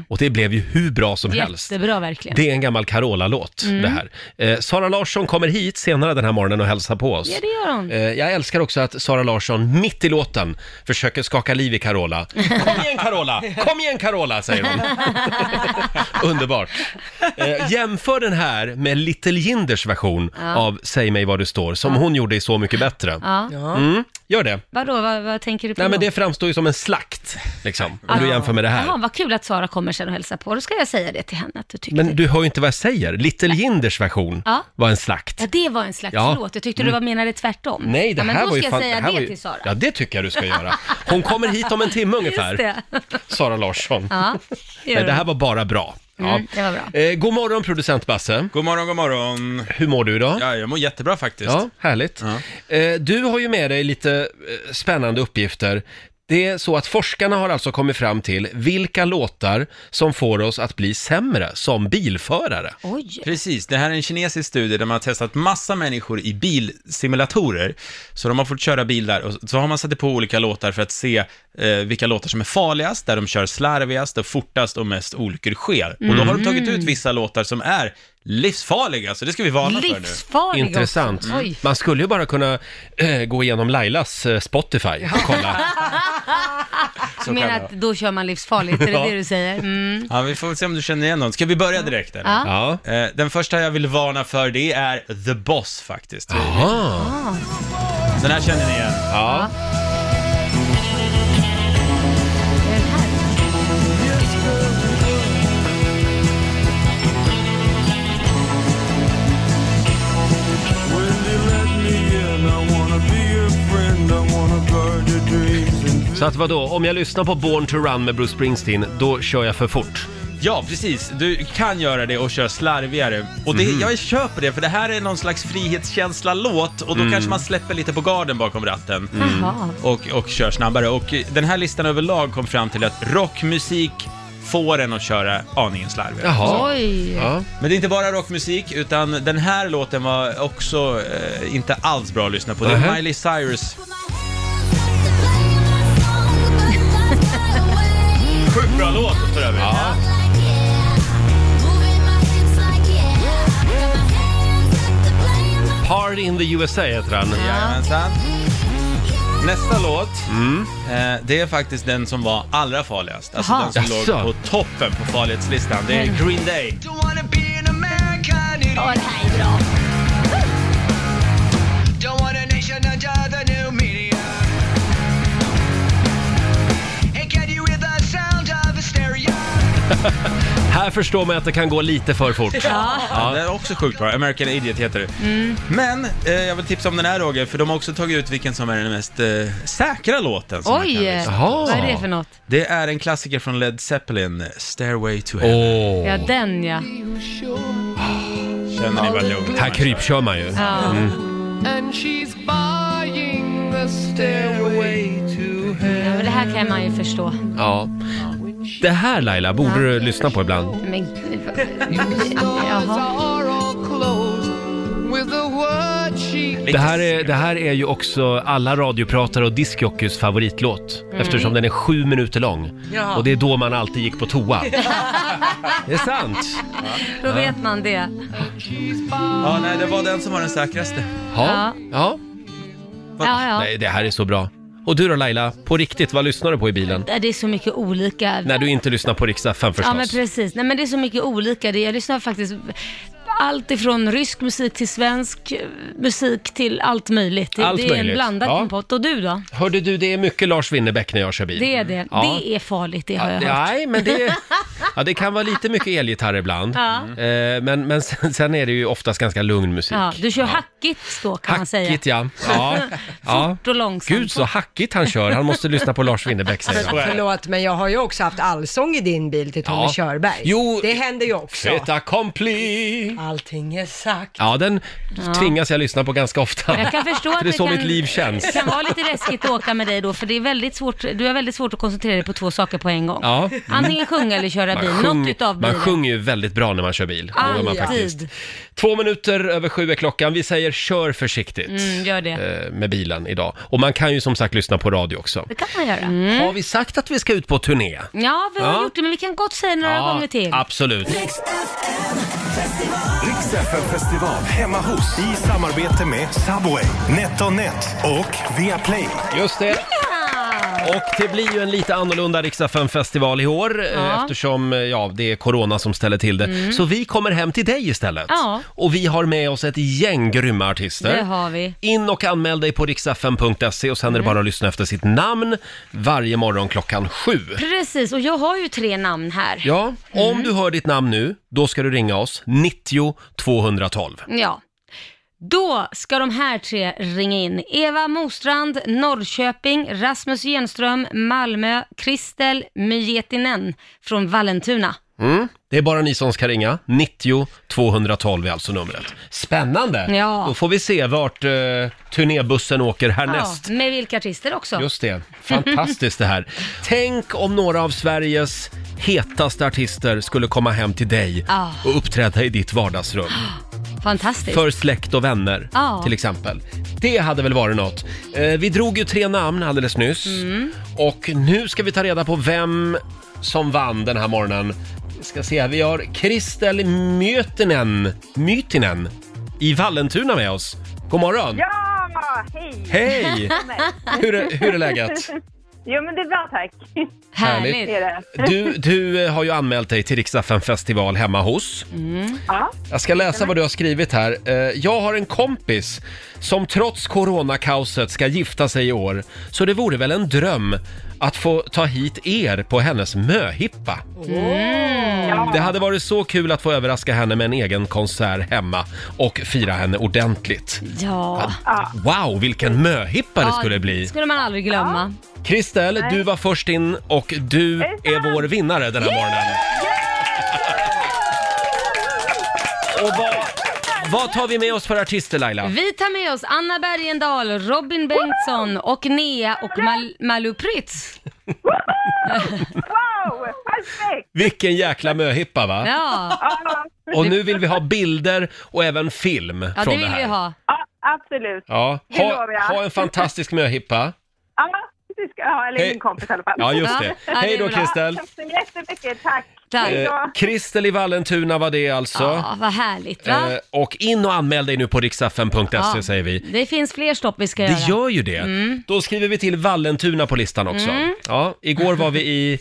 [SPEAKER 1] Och det blev ju hur bra som helst.
[SPEAKER 4] Mm. Jättebra verkligen.
[SPEAKER 1] Det är en gammal Carola-låt
[SPEAKER 4] Mm.
[SPEAKER 1] det här. Eh, Sara Larsson kommer hit senare den här morgonen och hälsar på oss.
[SPEAKER 4] Ja, det gör hon.
[SPEAKER 1] Eh, jag älskar också att Sara Larsson mitt i låten försöker skaka liv i Carola. Kom igen Carola! Kom igen Carola! säger hon. Underbart. Eh, jämför den här med Little Jinders version av Säg mig var du står, som hon gjorde i Så mycket bättre.
[SPEAKER 4] Ja.
[SPEAKER 1] Mm, gör det.
[SPEAKER 4] Vadå, vad, vad tänker du på
[SPEAKER 1] Nej men
[SPEAKER 4] då?
[SPEAKER 1] det framstår ju som en slakt, liksom, om du jämför med det
[SPEAKER 4] Jaha,
[SPEAKER 1] här.
[SPEAKER 4] vad kul att Sara kommer sen och hälsar på. Då ska jag säga det till henne att du tyckte
[SPEAKER 1] Men
[SPEAKER 4] det.
[SPEAKER 1] du hör ju inte vad jag säger. Little Jinders version
[SPEAKER 4] Ja.
[SPEAKER 1] var en slakt.
[SPEAKER 4] Ja, det var en slags
[SPEAKER 1] Ja. Mm.
[SPEAKER 4] låt. Jag tyckte du var menade tvärtom.
[SPEAKER 1] Nej, det
[SPEAKER 4] ja, men
[SPEAKER 1] här
[SPEAKER 4] då
[SPEAKER 1] var ju
[SPEAKER 4] ska
[SPEAKER 1] fan...
[SPEAKER 4] jag säga
[SPEAKER 1] här
[SPEAKER 4] det
[SPEAKER 1] var ju-
[SPEAKER 4] till Sara.
[SPEAKER 1] Ja, det tycker jag du ska göra. Hon kommer hit om en timme ungefär,
[SPEAKER 4] Just det.
[SPEAKER 1] Sara Larsson.
[SPEAKER 4] Ja, gör
[SPEAKER 1] Nej, det
[SPEAKER 4] hon.
[SPEAKER 1] här var bara bra. Ja.
[SPEAKER 4] Mm, det var bra.
[SPEAKER 1] Eh, god morgon producent Basse.
[SPEAKER 8] God morgon, god morgon.
[SPEAKER 1] Hur mår du idag?
[SPEAKER 8] Ja, jag mår jättebra faktiskt.
[SPEAKER 1] Ja, härligt. Eh, du har ju med dig lite eh, spännande uppgifter. Det är så att forskarna har alltså kommit fram till vilka låtar som får oss att bli sämre som bilförare.
[SPEAKER 4] Oj.
[SPEAKER 8] Precis, det här är en kinesisk studie där man har testat massa människor i bilsimulatorer. Så de har fått köra bil där och så har man satt på olika låtar för att se eh, vilka låtar som är farligast, där de kör slarvigast och fortast och mest olyckor sker. Och då har de tagit
[SPEAKER 4] Mm.
[SPEAKER 8] ut vissa låtar som är livsfarliga, så det ska vi varna för nu.
[SPEAKER 4] Livsfarlig
[SPEAKER 1] Intressant.
[SPEAKER 4] också. Oj.
[SPEAKER 1] Man skulle ju bara kunna eh, gå igenom Lailas eh, Spotify och kolla.
[SPEAKER 4] Du menar att då kör man livsfarligt, är det det du säger? Mm.
[SPEAKER 8] Ja, vi får väl se om du känner igen någon. Ska vi börja direkt eller?
[SPEAKER 4] Ja.
[SPEAKER 1] Ja.
[SPEAKER 8] Eh, Den första jag vill varna för, det är The Boss faktiskt.
[SPEAKER 1] Ah.
[SPEAKER 8] Den här känner ni igen.
[SPEAKER 1] Ja. Så att vadå, om jag lyssnar på Born to Run med Bruce Springsteen, då kör jag för fort.
[SPEAKER 8] Ja, precis. Du kan göra det och köra slarvigare. Och det, jag köper det, för det här är någon slags frihetskänsla-låt och då kanske man släpper lite på garden bakom ratten
[SPEAKER 1] Mm.
[SPEAKER 4] Jaha.
[SPEAKER 8] och, och kör snabbare. Och eh, den här listan överlag kom fram till att rockmusik får en att köra aningen slarvigare.
[SPEAKER 1] Jaha.
[SPEAKER 4] Oj.
[SPEAKER 1] Ja.
[SPEAKER 8] Men det är inte bara rockmusik, utan den här låten var också eh, inte alls bra att lyssna på. Det är
[SPEAKER 1] Nähä.
[SPEAKER 8] Miley Cyrus. Sjukt bra låt för övrigt.
[SPEAKER 1] Party in the USA heter han.
[SPEAKER 8] Jajamensan. Nästa låt,
[SPEAKER 1] Mm.
[SPEAKER 8] eh, det är faktiskt den som var allra farligast. Alltså
[SPEAKER 4] Jaha.
[SPEAKER 8] den som
[SPEAKER 1] Jaså.
[SPEAKER 8] låg på toppen på farlighetslistan. Det är Green Day.
[SPEAKER 4] Ja, det här är bra.
[SPEAKER 1] Här förstår man att det kan gå lite för fort.
[SPEAKER 8] Ja. Det är också sjukt bra. American Idiot heter det. Men eh, jag vill tipsa om den här Roger, för de har också tagit ut vilken som är den mest eh, säkra låten som man kan
[SPEAKER 4] Oj.
[SPEAKER 8] lyssna.
[SPEAKER 1] Jaha.
[SPEAKER 4] Vad är det för något?
[SPEAKER 8] Det är en klassiker från Led Zeppelin, Stairway to Heaven.
[SPEAKER 1] Åh,
[SPEAKER 4] Ja, den ja.
[SPEAKER 8] Känner ni vad lugnt
[SPEAKER 1] här krypkör man ju.
[SPEAKER 4] ja. Ja, men det här kan man ju förstå.
[SPEAKER 1] Ja. Det här Laila borde du lyssna på ibland.
[SPEAKER 4] Men gud, vad- Jaha.
[SPEAKER 1] Det här är, det här är ju också alla radiopratare och discjockeys favoritlåt
[SPEAKER 4] Mm.
[SPEAKER 1] eftersom den är sju minuter lång.
[SPEAKER 2] Ja.
[SPEAKER 1] Och det är då man alltid gick på toa. Det är sant.
[SPEAKER 4] Då vet man det.
[SPEAKER 8] Ja, nej, det var den som var den säkraste.
[SPEAKER 1] Ja. ja.
[SPEAKER 4] Ja,
[SPEAKER 1] Nej, det här är så bra. Och du då Laila, på riktigt, vad lyssnar du på i bilen?
[SPEAKER 4] ja. Det är så mycket olika.
[SPEAKER 1] När du inte lyssnar på riksdag 5
[SPEAKER 4] Ja men
[SPEAKER 1] förstås.
[SPEAKER 4] precis. Nej men det är så mycket olika. Det- Jag lyssnar faktiskt allt ifrån rysk musik till svensk eh, musik till allt möjligt. Det,
[SPEAKER 1] Allt
[SPEAKER 4] det är
[SPEAKER 1] möjligt,
[SPEAKER 4] en blandad
[SPEAKER 1] ja.
[SPEAKER 4] kompott. Och du då?
[SPEAKER 1] Hörde du, det är mycket Lars Winnerbäck när jag kör bil.
[SPEAKER 4] Det är det.
[SPEAKER 1] Ja.
[SPEAKER 4] Det är farligt, det har jag hört.
[SPEAKER 1] Nej, men det, ja, det kan vara lite mycket elgitarr ibland.
[SPEAKER 4] Ja.
[SPEAKER 1] Eh, Men, men sen, sen är det ju oftast ganska lugn musik.
[SPEAKER 4] Ja, du kör hackigt då kan man säga.
[SPEAKER 1] Hackigt, ja. ja. ja.
[SPEAKER 4] Fort och långsamt.
[SPEAKER 1] Gud så hackigt han kör. Han måste lyssna på Lars Winnerbäck säger han.
[SPEAKER 2] Förlåt, men jag har ju också haft allsång i din bil till Tommy
[SPEAKER 1] Ja.
[SPEAKER 2] Körberg.
[SPEAKER 1] Jo,
[SPEAKER 2] det händer ju också.
[SPEAKER 1] Fait accompli!
[SPEAKER 2] Allting är sagt.
[SPEAKER 1] Ja, den tvingas jag lyssna på ganska ofta.
[SPEAKER 4] Jag kan förstå att
[SPEAKER 1] För det är så
[SPEAKER 4] kan,
[SPEAKER 1] mitt liv känns.
[SPEAKER 4] kan vara lite läskigt att åka med dig då, för det är väldigt svårt, du har väldigt svårt att koncentrera dig på två saker på en gång.
[SPEAKER 1] Ja.
[SPEAKER 4] Antingen sjunga eller köra bil, något utav
[SPEAKER 1] man
[SPEAKER 4] bilen.
[SPEAKER 1] sjunger ju väldigt bra när man kör bil. Det gör man
[SPEAKER 4] Alltid.
[SPEAKER 1] faktiskt. Två minuter över sju är klockan. Vi säger kör försiktigt
[SPEAKER 4] Mm, gör det.
[SPEAKER 1] eh, med bilen idag. Och man kan ju som sagt lyssna på radio också.
[SPEAKER 4] Det kan man göra. Mm.
[SPEAKER 1] Har vi sagt att vi ska ut på turné?
[SPEAKER 4] Ja, vi har
[SPEAKER 1] Ja.
[SPEAKER 4] gjort det, men vi kan gott säga det några gånger till.
[SPEAKER 1] absolut.
[SPEAKER 3] Rix FM festival hemma hos i samarbete med Subway, NetOnNet och Viaplay.
[SPEAKER 1] Just det. Och det blir ju en lite annorlunda riksdagen festival i år eh,
[SPEAKER 4] Ja. Mm.
[SPEAKER 1] eftersom eh, ja, det är corona som ställer till det. Så vi kommer hem till dig istället.
[SPEAKER 4] Ja.
[SPEAKER 1] Och vi har med oss ett gäng grymma artister.
[SPEAKER 4] Det har vi.
[SPEAKER 1] In och anmäl dig på riksfm.se och sen är det bara att lyssna efter sitt namn varje morgon klockan sju.
[SPEAKER 4] Precis, och jag har ju tre namn här.
[SPEAKER 1] Ja,
[SPEAKER 4] Mm.
[SPEAKER 1] om du hör ditt namn nu, då ska du ringa oss 90 212.
[SPEAKER 4] Ja. Då ska de här tre ringa in. Eva Mostrand, Norrköping, Rasmus Genström, Malmö, Kristel Myetinen från Vallentuna.
[SPEAKER 1] Mm. Det är bara ni som ska ringa. 90 212 är alltså numret. Spännande!
[SPEAKER 4] Ja.
[SPEAKER 1] Då får vi se vart eh, turnébussen åker härnäst.
[SPEAKER 4] Ja, med vilka artister också.
[SPEAKER 1] Just det, fantastiskt det här. Tänk om några av Sveriges hetaste artister skulle komma hem till dig
[SPEAKER 4] Ja.
[SPEAKER 1] och uppträda i ditt vardagsrum.
[SPEAKER 4] Fantastiskt.
[SPEAKER 1] För släkt och vänner,
[SPEAKER 4] Ja.
[SPEAKER 1] till exempel. Det hade väl varit något. Eh, vi drog ju tre namn alldeles nyss.
[SPEAKER 4] Mm.
[SPEAKER 1] Och nu ska vi ta reda på vem som vann den här morgonen. Vi ska se, här. vi har Kristel Mytinen, Mytinen i Vallentuna med oss. God morgon!
[SPEAKER 9] Ja, hej!
[SPEAKER 1] Hej! hur, är- hur är läget?
[SPEAKER 9] Jo, men det är bra tack.
[SPEAKER 1] Härligt.
[SPEAKER 9] Det är det.
[SPEAKER 1] Du, du eh, har ju anmält dig till Riksdagen festival hemma hos.
[SPEAKER 9] Ja.
[SPEAKER 1] Jag ska läsa vad du har skrivit här. Eh, Jag har en kompis som trots coronakaoset ska gifta sig i år. Så det vore väl en dröm att få ta hit er på hennes möhippa. Det hade varit så kul att få överraska henne med en egen konsert hemma och fira henne ordentligt.
[SPEAKER 4] Ja.
[SPEAKER 1] Wow, vilken möhippa det
[SPEAKER 4] Ja,
[SPEAKER 1] skulle bli!
[SPEAKER 4] skulle man aldrig glömma.
[SPEAKER 1] Kristel, du var först in och du är vår vinnare den här morgonen. Och vad, vad tar vi med oss för artister Laila?
[SPEAKER 4] Vi tar med oss Anna Bergendahl, Robin Bengtsson och Nea och Mal- Malou Prytz.
[SPEAKER 9] Wow, perfekt!
[SPEAKER 1] Vilken jäkla möhippa va?
[SPEAKER 4] Ja,
[SPEAKER 9] Ja,
[SPEAKER 1] Och nu vill vi ha bilder och även film
[SPEAKER 4] ja
[SPEAKER 1] från
[SPEAKER 4] det
[SPEAKER 1] det,
[SPEAKER 4] vill
[SPEAKER 1] här.
[SPEAKER 4] vi ha.
[SPEAKER 9] ja absolut.
[SPEAKER 1] Ja,
[SPEAKER 9] Det
[SPEAKER 1] ha,
[SPEAKER 9] lovar jag.
[SPEAKER 1] ha en fantastisk möhippa.
[SPEAKER 9] Ja, det ska jag ha. Eller
[SPEAKER 1] Hej.
[SPEAKER 9] min kompis i alla fall.
[SPEAKER 1] Ja, just
[SPEAKER 4] Ja,
[SPEAKER 1] det.
[SPEAKER 4] det är
[SPEAKER 1] Hej då
[SPEAKER 4] bra.
[SPEAKER 1] Kristel.
[SPEAKER 9] Tack så jättemycket, tack.
[SPEAKER 4] Tack.
[SPEAKER 9] Hej
[SPEAKER 1] Eh,
[SPEAKER 9] då.
[SPEAKER 1] Kristel i Vallentuna var det alltså.
[SPEAKER 4] Ja, vad härligt va?
[SPEAKER 1] Eh, och in och anmäl dig nu på riksfm.se
[SPEAKER 4] Ja.
[SPEAKER 1] säger vi.
[SPEAKER 4] Det finns fler stopp vi ska göra. Mm.
[SPEAKER 1] Det gör ju det. Då skriver vi till Vallentuna på listan också. Ja, igår var vi i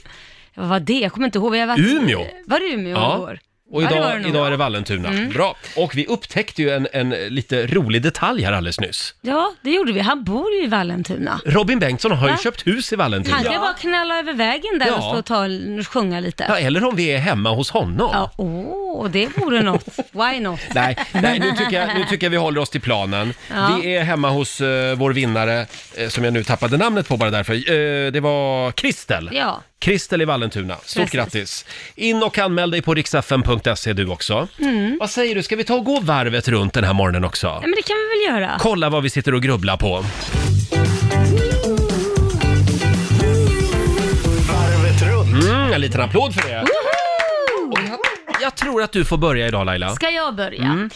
[SPEAKER 4] Vad var det? Jag kommer inte ihåg. Vi har varit...
[SPEAKER 1] Umeå.
[SPEAKER 4] Var det Umeå
[SPEAKER 1] Ja.
[SPEAKER 4] igår?
[SPEAKER 1] Och
[SPEAKER 4] Ja, det
[SPEAKER 1] idag,
[SPEAKER 4] var det nog. Mm.
[SPEAKER 1] idag är det Vallentuna. Bra. Och vi upptäckte ju en, en lite rolig detalj här alldeles nyss.
[SPEAKER 4] Ja, det gjorde vi. Han bor ju i Vallentuna.
[SPEAKER 1] Robin Bengtsson har ju
[SPEAKER 4] Va?
[SPEAKER 1] köpt hus i Vallentuna.
[SPEAKER 4] Han kan ju bara knalla över vägen där
[SPEAKER 1] Ja.
[SPEAKER 4] och stå och, ta, och sjunga lite.
[SPEAKER 1] Ja, eller om vi är hemma hos honom.
[SPEAKER 4] Ja, åh, det vore något. Why not?
[SPEAKER 1] Nej, nej nu, tycker jag, nu tycker jag vi håller oss till planen.
[SPEAKER 4] Ja.
[SPEAKER 1] Vi är hemma hos eh, vår vinnare, eh, som jag nu tappade namnet på bara därför. Eh, det var Kristel.
[SPEAKER 4] Ja.
[SPEAKER 1] Kristel i Vallentuna. Stort
[SPEAKER 4] Precis.
[SPEAKER 1] grattis! In och anmäl dig på riksfn.se du också. Vad säger du, ska vi ta och gå varvet runt den här morgonen också?
[SPEAKER 4] Mm. Ja, men det kan vi väl göra?
[SPEAKER 1] Kolla vad vi sitter och grubblar på.
[SPEAKER 3] Varvet runt.
[SPEAKER 1] Mm, en liten applåd för det. Jag tror att du får börja idag Laila.
[SPEAKER 4] Ska jag börja?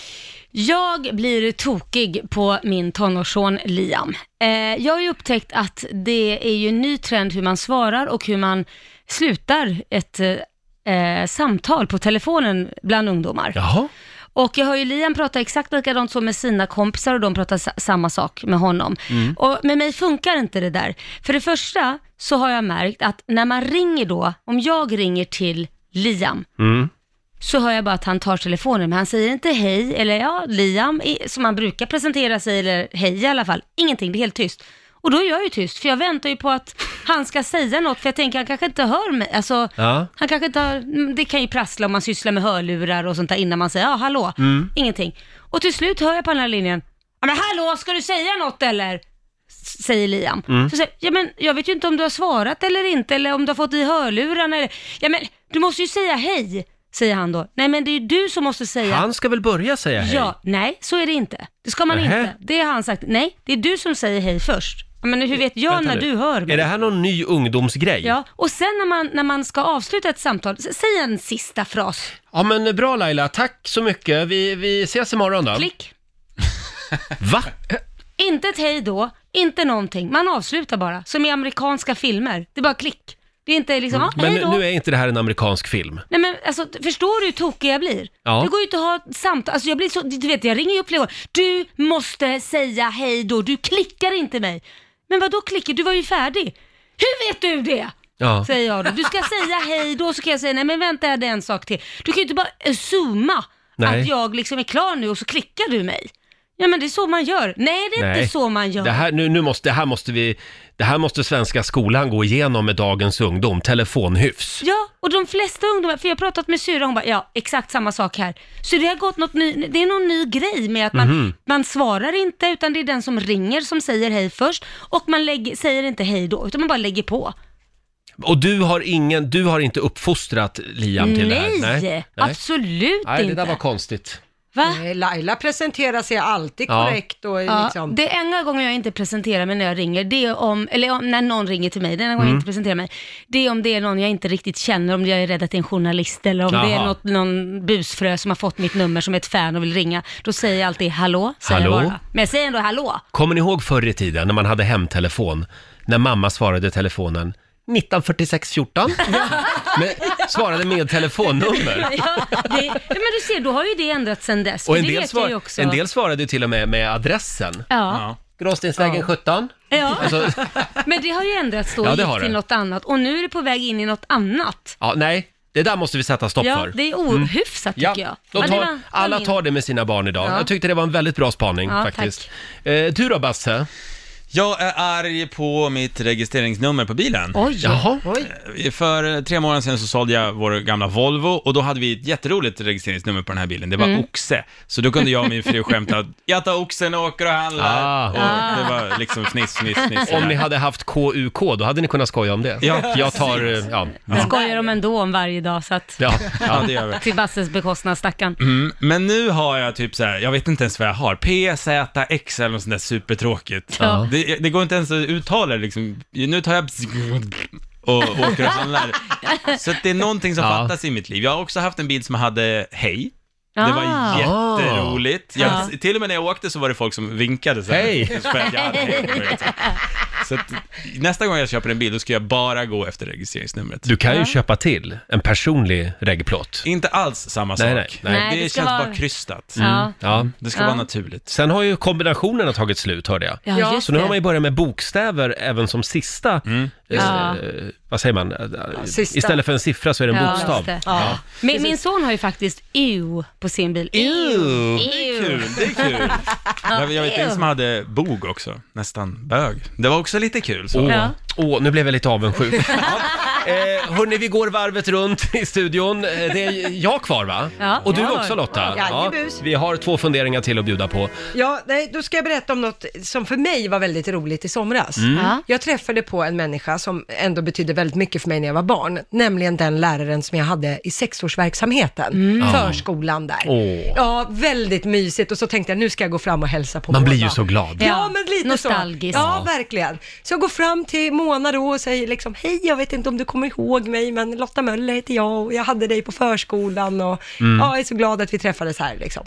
[SPEAKER 4] Jag blir tokig på min tonårsson Liam. Eh, jag har ju upptäckt att det är ju en ny trend hur man svarar och hur man slutar ett eh, eh, samtal på telefonen bland ungdomar.
[SPEAKER 1] Jaha,
[SPEAKER 4] Och jag hör ju Liam prata exakt likadant så med sina kompisar och de pratar sa- samma sak med honom. Och med mig funkar inte det där. För det första så har jag märkt att när man ringer då, om jag ringer till Liam, så hör jag bara att han tar telefonen, men han säger inte hej, eller ja, Liam, i- som han brukar presentera sig, eller hej i alla fall. Ingenting, det är helt tyst. Och då är jag ju tyst, för jag väntar ju på att han ska säga något, för jag tänker han kanske inte hör mig. Alltså,
[SPEAKER 1] Ja.
[SPEAKER 4] han kanske inte har, mm, det kan ju prassla om man sysslar med hörlurar och sånt där innan man säger ja, hallå, ingenting. Och till slut hör jag på den här linjen, ja men hallå, ska du säga något eller? S- Säger Liam.
[SPEAKER 1] Mm.
[SPEAKER 4] Så säger jag, ja men jag vet ju inte om du har svarat eller inte, eller om du har fått i hörlurarna eller, ja men du måste ju säga hej, säger han då. Nej men det är ju du som måste säga
[SPEAKER 1] Han ska väl börja säga hej?
[SPEAKER 4] Ja, nej, så är det inte. Det ska man
[SPEAKER 1] Nähä.
[SPEAKER 4] inte. Det har han sagt. Nej, det är du som säger hej först. Ja, Men hur vet jag
[SPEAKER 1] Vänta
[SPEAKER 4] när
[SPEAKER 1] nu.
[SPEAKER 4] du hör mig?
[SPEAKER 1] Är det här någon ny ungdomsgrej?
[SPEAKER 4] Ja, och sen när man, när man ska avsluta ett samtal, s- säg en sista fras.
[SPEAKER 1] Ja men eh, bra Laila, tack så mycket. Vi, vi ses imorgon då.
[SPEAKER 4] Klick.
[SPEAKER 1] Va?
[SPEAKER 4] Inte ett hej då, inte någonting. Man avslutar bara, som i amerikanska filmer. Det är bara klick. Det är inte liksom, ja,
[SPEAKER 1] Men
[SPEAKER 4] hej då.
[SPEAKER 1] nu är inte det här en amerikansk film.
[SPEAKER 4] Nej men alltså, förstår du hur tokig jag blir?
[SPEAKER 1] Ja.
[SPEAKER 4] Det går ju inte att ha ett samtal, alltså jag blir så, du vet jag ringer ju upp flera gånger. Du måste säga hej då, du klickar inte mig. Men vad då klickar? Du var ju färdig. Hur vet du det?
[SPEAKER 1] Ja.
[SPEAKER 4] Säger jag då. Du ska säga hej då, så kan jag säga nej men vänta jag hade en sak till. Du kan ju inte bara eh, zooma
[SPEAKER 1] Nej.
[SPEAKER 4] att jag liksom är klar nu och så klickar du mig. Ja men det är så man gör. Nej det är
[SPEAKER 1] Nej.
[SPEAKER 4] inte så man gör.
[SPEAKER 1] Det här, nu, nu måste, det här måste vi, det här måste svenska skolan gå igenom med dagens ungdom, telefonhyfs.
[SPEAKER 4] Ja, och de flesta ungdomar, för jag har pratat med syrran, hon bara, ja exakt samma sak här. Så det har gått något ny, det är någon ny grej med att man,
[SPEAKER 1] Mhm.
[SPEAKER 4] man svarar inte, utan det är den som ringer som säger hej först och man lägger, säger inte hej då, utan man bara lägger på.
[SPEAKER 1] Och du har ingen, du har inte uppfostrat Liam till det
[SPEAKER 4] Nej,
[SPEAKER 1] här?
[SPEAKER 4] absolut
[SPEAKER 1] Nej, det
[SPEAKER 4] inte.
[SPEAKER 1] där var konstigt.
[SPEAKER 4] Va?
[SPEAKER 2] Nej, Eh, Laila presenterar sig alltid
[SPEAKER 1] Ja.
[SPEAKER 2] korrekt och
[SPEAKER 4] Ja,
[SPEAKER 2] liksom...
[SPEAKER 4] Det enda gången jag inte presenterar mig när jag ringer, det är om, eller om, när någon ringer till mig, den enda
[SPEAKER 1] Mm.
[SPEAKER 4] gången jag inte presenterar mig, det är om det är någon jag inte riktigt känner, om jag är rädd att det är en journalist eller om det är
[SPEAKER 1] Jaha.
[SPEAKER 4] något, någon busfrö som har fått mitt nummer som är ett fan och vill ringa. Då säger jag alltid hallå, säger
[SPEAKER 1] Hallå?
[SPEAKER 4] Jag bara. Men jag säger ändå hallå.
[SPEAKER 1] Kommer ni ihåg förr i tiden när man hade hemtelefon? När mamma svarade i telefonen 194614 men svarade med telefonnummer.
[SPEAKER 4] Ja, det, ja, men du ser, då har ju det ändrats sedan dess. för
[SPEAKER 1] Och en
[SPEAKER 4] det
[SPEAKER 1] del,
[SPEAKER 4] vet jag ju
[SPEAKER 1] svar,
[SPEAKER 4] också.
[SPEAKER 1] en del svarade ju till och med med adressen.
[SPEAKER 4] Ja,
[SPEAKER 8] Ja.
[SPEAKER 1] Gråstensvägen 17.
[SPEAKER 4] ja.
[SPEAKER 1] Alltså,
[SPEAKER 4] men det har ju ändrats då
[SPEAKER 1] Ja, det
[SPEAKER 4] gick
[SPEAKER 1] har
[SPEAKER 4] till
[SPEAKER 1] det.
[SPEAKER 4] något annat. Och nu är det på väg in i något annat.
[SPEAKER 1] ja, nej, det där måste vi sätta stopp
[SPEAKER 4] Ja,
[SPEAKER 1] för.
[SPEAKER 4] det är ohyfsat tycker jag.
[SPEAKER 1] de
[SPEAKER 4] Men det
[SPEAKER 1] Mm. tar,
[SPEAKER 4] var- var
[SPEAKER 1] alla
[SPEAKER 4] min-
[SPEAKER 1] tar det med sina barn idag.
[SPEAKER 4] Ja.
[SPEAKER 1] Jag tyckte det var en väldigt bra spaning
[SPEAKER 4] Ja,
[SPEAKER 1] faktiskt. Eh, du då Basse?
[SPEAKER 8] Jag är arg på mitt registreringsnummer på bilen.
[SPEAKER 4] Oj,
[SPEAKER 1] Jaha.
[SPEAKER 2] Oj,
[SPEAKER 8] Eh, För tre månader sedan så sålde jag vår gamla Volvo och då hade vi ett jätteroligt registreringsnummer på den här bilen. Det var
[SPEAKER 1] Mm.
[SPEAKER 8] Oxe. Så då kunde jag och min fru skämta att jag tar Oxen och åker och handlar.
[SPEAKER 1] Ah.
[SPEAKER 8] Och det var liksom fniss, fniss, fniss.
[SPEAKER 1] Om ni hade haft KUK, då hade ni kunnat skoja om det.
[SPEAKER 8] Ja,
[SPEAKER 1] jag tar... eh, Ja,
[SPEAKER 4] det skojar de ändå om varje dag så att
[SPEAKER 1] ja,
[SPEAKER 8] Ja,
[SPEAKER 1] ja.
[SPEAKER 8] det gör vi.
[SPEAKER 4] till Basses bekostnad stackarn.
[SPEAKER 8] Mm, men nu har jag typ så här, jag vet inte ens vad jag har, PZX eller något sånt där supertråkigt.
[SPEAKER 4] Ja.
[SPEAKER 8] Det, det går inte ens att uttala det, liksom. Nu tar jag och åker och handlar. Så att det är någonting som
[SPEAKER 1] Ja.
[SPEAKER 8] fattas i mitt liv. Jag har också haft en bil som hade hej. Det var
[SPEAKER 4] Ah.
[SPEAKER 8] jätteroligt. Jag,
[SPEAKER 4] Ja.
[SPEAKER 8] Till och med när jag åkte så var det folk som vinkade så här.
[SPEAKER 1] Hej.
[SPEAKER 8] För att jag hade hej på det, så här. så att, nästa gång jag köper en bil, då ska jag bara gå efter registreringsnumret.
[SPEAKER 1] Du kan ju köpa till en personlig reggplåt.
[SPEAKER 8] Inte alls samma sak.
[SPEAKER 1] Nej, nej, nej.
[SPEAKER 4] Nej,
[SPEAKER 8] det,
[SPEAKER 4] det ska
[SPEAKER 8] känns
[SPEAKER 4] vara-
[SPEAKER 8] bara krystat.
[SPEAKER 4] Ja.
[SPEAKER 1] Ja.
[SPEAKER 8] Det ska
[SPEAKER 4] Ja.
[SPEAKER 8] vara naturligt.
[SPEAKER 1] Sen har ju kombinationerna tagit slut, hörde jag.
[SPEAKER 4] Ja,
[SPEAKER 2] Ja,
[SPEAKER 4] just
[SPEAKER 1] Så nu har man
[SPEAKER 4] det.
[SPEAKER 1] ju börjat med bokstäver även som sista, eh,
[SPEAKER 4] Ja.
[SPEAKER 1] eh, vad säger man,
[SPEAKER 2] sista.
[SPEAKER 1] istället för en siffra så är det en
[SPEAKER 4] Ja, just
[SPEAKER 1] bokstav.
[SPEAKER 4] det. Min, min son har ju faktiskt EU på sin bil. EU!
[SPEAKER 8] Kul, det är kul. Jag, jag vet en som hade bog också, nästan bög. Det var också lite kul. Så.
[SPEAKER 1] Åh,
[SPEAKER 4] Ja.
[SPEAKER 1] åh, nu blev jag lite avundsjuk. ja. eh, hörni, vi går varvet runt i studion. Eh, Det är jag kvar va?
[SPEAKER 4] Ja,
[SPEAKER 1] Och du
[SPEAKER 4] jag.
[SPEAKER 1] också Lotta.
[SPEAKER 2] Jajebus.
[SPEAKER 1] vi har två funderingar till att bjuda på.
[SPEAKER 2] Ja, nej, då ska jag berätta om något som för mig var väldigt roligt i somras.
[SPEAKER 1] Mm.
[SPEAKER 4] Ja.
[SPEAKER 2] Jag träffade på en människa som ändå betydde väldigt mycket för mig när jag var barn, nämligen den läraren som jag hade i sexårsverksamheten, förskolan där.
[SPEAKER 1] Mm. Åh.
[SPEAKER 2] Ja, väldigt mysigt och så tänkte jag nu ska jag gå fram och hälsa på
[SPEAKER 1] Man
[SPEAKER 2] Mona.
[SPEAKER 1] blir ju så glad.
[SPEAKER 2] Ja, men lite
[SPEAKER 4] Nostalgiskt.
[SPEAKER 2] så. Ja, verkligen. Så jag går fram till Mona då och säger liksom, hej, jag vet inte om du kommer ihåg mig, men Lotta Möller heter jag och jag hade dig på förskolan och
[SPEAKER 1] Mm.
[SPEAKER 2] ja, jag är så glad att vi träffades här liksom.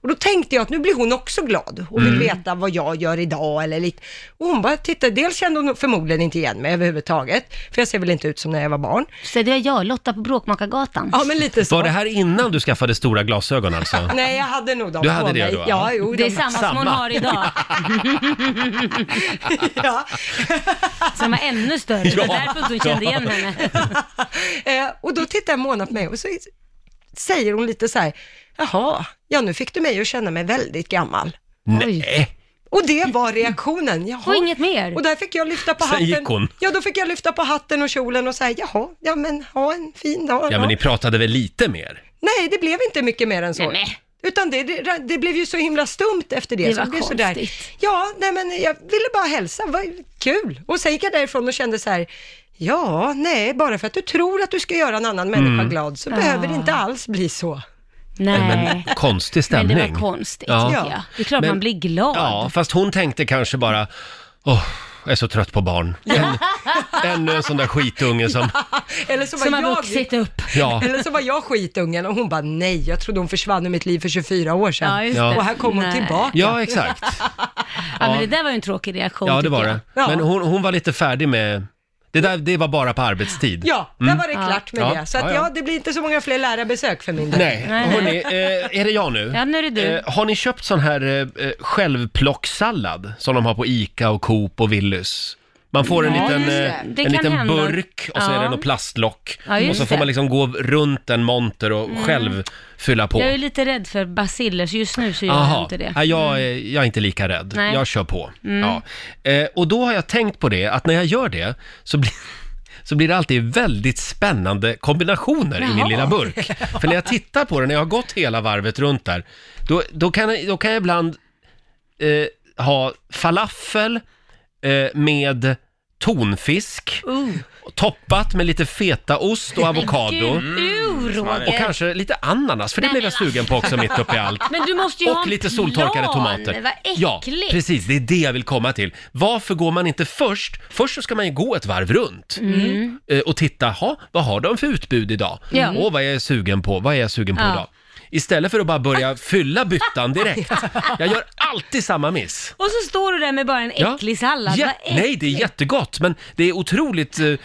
[SPEAKER 2] Och då tänkte jag att nu blir hon också glad och
[SPEAKER 1] Mm.
[SPEAKER 2] vill veta vad jag gör idag eller lite. Och hon bara tittade, dels kände hon förmodligen inte igen mig överhuvudtaget, för jag ser väl inte ut som när jag var barn.
[SPEAKER 4] Så det är jag, Lotta på Bråkmakargatan.
[SPEAKER 2] Ja, men lite så.
[SPEAKER 1] Var det här innan du skaffade stora glasögon alltså?
[SPEAKER 2] Nej, jag hade nog dem
[SPEAKER 1] Du hade
[SPEAKER 2] på
[SPEAKER 1] det
[SPEAKER 2] mig.
[SPEAKER 1] då, ja.
[SPEAKER 2] Ja, jo,
[SPEAKER 4] Det är
[SPEAKER 2] de-
[SPEAKER 4] samma, som hon
[SPEAKER 1] samma.
[SPEAKER 4] har idag,
[SPEAKER 2] ja.
[SPEAKER 4] som var ännu större. Det var därför du kände igen henne.
[SPEAKER 2] Eh, och då tittar Mona på mig och så säger hon lite så här, jaha, ja nu fick du mig att känna mig väldigt gammal.
[SPEAKER 1] Nej!
[SPEAKER 2] Och det var reaktionen, jaha.
[SPEAKER 4] Mm. Och inget mer.
[SPEAKER 2] Och där fick jag lyfta på
[SPEAKER 1] Sen
[SPEAKER 2] hatten.
[SPEAKER 1] gick hon.
[SPEAKER 2] Ja, då fick jag lyfta på hatten och kjolen och säga, jaha, ja men ha en fin dag.
[SPEAKER 1] Ja, men ni pratade väl lite mer?
[SPEAKER 2] Nej, det blev inte mycket mer än så.
[SPEAKER 4] Nämen.
[SPEAKER 2] Utan det, det, det blev ju så himla stumt efter det.
[SPEAKER 4] Det
[SPEAKER 2] så
[SPEAKER 4] var
[SPEAKER 2] blev Sådär.
[SPEAKER 4] konstigt.
[SPEAKER 2] Ja, nej men jag ville bara hälsa, vad kul. Och sen gick jag därifrån och kände så här, ja, nej, bara för att du tror att du ska göra en annan människa
[SPEAKER 1] Mm.
[SPEAKER 2] glad så behöver det inte
[SPEAKER 4] Ah.
[SPEAKER 2] alls bli så.
[SPEAKER 4] Nej.
[SPEAKER 1] Men konstig
[SPEAKER 4] Men
[SPEAKER 1] stämning.
[SPEAKER 4] det var konstigt
[SPEAKER 1] Ja.
[SPEAKER 4] tycker jag. Det är klart
[SPEAKER 1] Men-
[SPEAKER 4] man blir glad.
[SPEAKER 1] Ja, fast hon tänkte kanske bara, åh, jag är så trött på barn. Än, ännu en sån där skitunge som,
[SPEAKER 2] Eller så var
[SPEAKER 4] Som har
[SPEAKER 2] jag,
[SPEAKER 4] vuxit upp.
[SPEAKER 1] ja.
[SPEAKER 2] Eller så var jag skitungen och hon bara, nej, jag trodde hon försvann ur mitt liv för 24 år sedan.
[SPEAKER 4] Ja, just
[SPEAKER 1] Ja.
[SPEAKER 4] det.
[SPEAKER 2] Och här kom hon
[SPEAKER 4] Nej.
[SPEAKER 2] tillbaka.
[SPEAKER 1] Ja, exakt.
[SPEAKER 4] Ja, men det där var ju en tråkig reaktion
[SPEAKER 1] Ja, det
[SPEAKER 4] tycker
[SPEAKER 1] var
[SPEAKER 4] jag.
[SPEAKER 1] det.
[SPEAKER 2] Ja.
[SPEAKER 1] Men hon, hon var lite färdig med, det där det var bara på arbetstid.
[SPEAKER 2] Ja, där var det klart med
[SPEAKER 1] Mm. Ja.
[SPEAKER 2] det. Så
[SPEAKER 1] Ja,
[SPEAKER 2] att,
[SPEAKER 1] ja.
[SPEAKER 2] ja, det blir inte så många fler lärarbesök för min del.
[SPEAKER 1] Nej,
[SPEAKER 4] Nej,
[SPEAKER 1] hörni, eh, är det jag nu?
[SPEAKER 4] Ja, nu är det du.
[SPEAKER 1] Eh, har ni köpt sån här eh, eh, självplocksallad som de har på ICA och Coop och Willys? Man får en
[SPEAKER 4] Ja,
[SPEAKER 1] liten,
[SPEAKER 4] just det.
[SPEAKER 1] eh,
[SPEAKER 4] Det
[SPEAKER 1] en
[SPEAKER 4] kan
[SPEAKER 1] liten
[SPEAKER 4] hända.
[SPEAKER 1] burk och så är det
[SPEAKER 4] Ja.
[SPEAKER 1] något plastlock.
[SPEAKER 4] Ja, just
[SPEAKER 1] och så får
[SPEAKER 4] det. Mm.
[SPEAKER 1] man liksom gå runt en monter och själv fylla på.
[SPEAKER 4] Jag är ju lite rädd för basiller, så just nu så gör jag
[SPEAKER 1] Aha.
[SPEAKER 4] inte det. Mm.
[SPEAKER 1] Nej, jag, är, jag är inte lika rädd.
[SPEAKER 4] Nej. Mm.
[SPEAKER 1] Jag kör på. Ja. Eh, och då har jag tänkt på det, att när jag gör det så blir, så blir det alltid väldigt spännande kombinationer i min
[SPEAKER 4] Jaha.
[SPEAKER 1] lilla burk. För när jag tittar på den, när jag har gått hela varvet runt där, då, då, kan, jag- då kan jag ibland eh, ha falafel eh, med tonfisk,
[SPEAKER 4] Oh.
[SPEAKER 1] toppat med lite fetaost och avokado.
[SPEAKER 4] Gud, ur,
[SPEAKER 1] Och
[SPEAKER 4] Roger.
[SPEAKER 1] kanske lite ananas, för det
[SPEAKER 4] Nej,
[SPEAKER 1] blev
[SPEAKER 4] men
[SPEAKER 1] jag sugen på också mitt uppe i allt.
[SPEAKER 4] Men du måste ju ha
[SPEAKER 1] Och
[SPEAKER 4] en
[SPEAKER 1] lite soltorkade
[SPEAKER 4] plan.
[SPEAKER 1] tomater.
[SPEAKER 4] Vad äckligt.
[SPEAKER 1] Ja, precis. Det är det jag vill komma till. Varför går man inte först? Först så ska man ju gå ett varv runt Eh, och titta, ha, vad har de för utbud idag?
[SPEAKER 4] Mm. Ja.
[SPEAKER 1] Åh, vad är jag sugen på? Vad är jag sugen på
[SPEAKER 4] Ja.
[SPEAKER 1] idag? Istället för att bara börja fylla byttan direkt. Jag gör alltid samma miss.
[SPEAKER 4] Och så står du där med bara en äcklig sallad.
[SPEAKER 1] Ja,
[SPEAKER 4] Vad äckligt.
[SPEAKER 1] nej, det är jättegott, men det är otroligt eh, eh,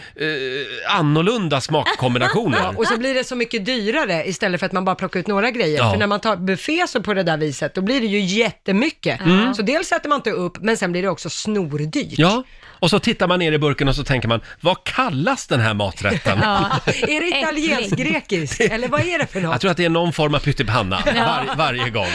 [SPEAKER 1] annorlunda smakkombinationer.
[SPEAKER 2] Och så blir det så mycket dyrare istället för att man bara plockar ut några grejer.
[SPEAKER 1] Ja.
[SPEAKER 2] För när man tar buffé så på det där viset, då blir det ju jättemycket.
[SPEAKER 1] Mm.
[SPEAKER 2] Så dels äter man inte upp, men sen blir det också snordyrt.
[SPEAKER 1] Ja, och så tittar man ner i burken och så tänker man, vad kallas den här maträtten?
[SPEAKER 4] Ja.
[SPEAKER 2] Är det italienskt, grekiskt, eller vad är det för
[SPEAKER 1] Jag
[SPEAKER 2] något?
[SPEAKER 1] tror att det är någon form av pyttipanna var, varje gång.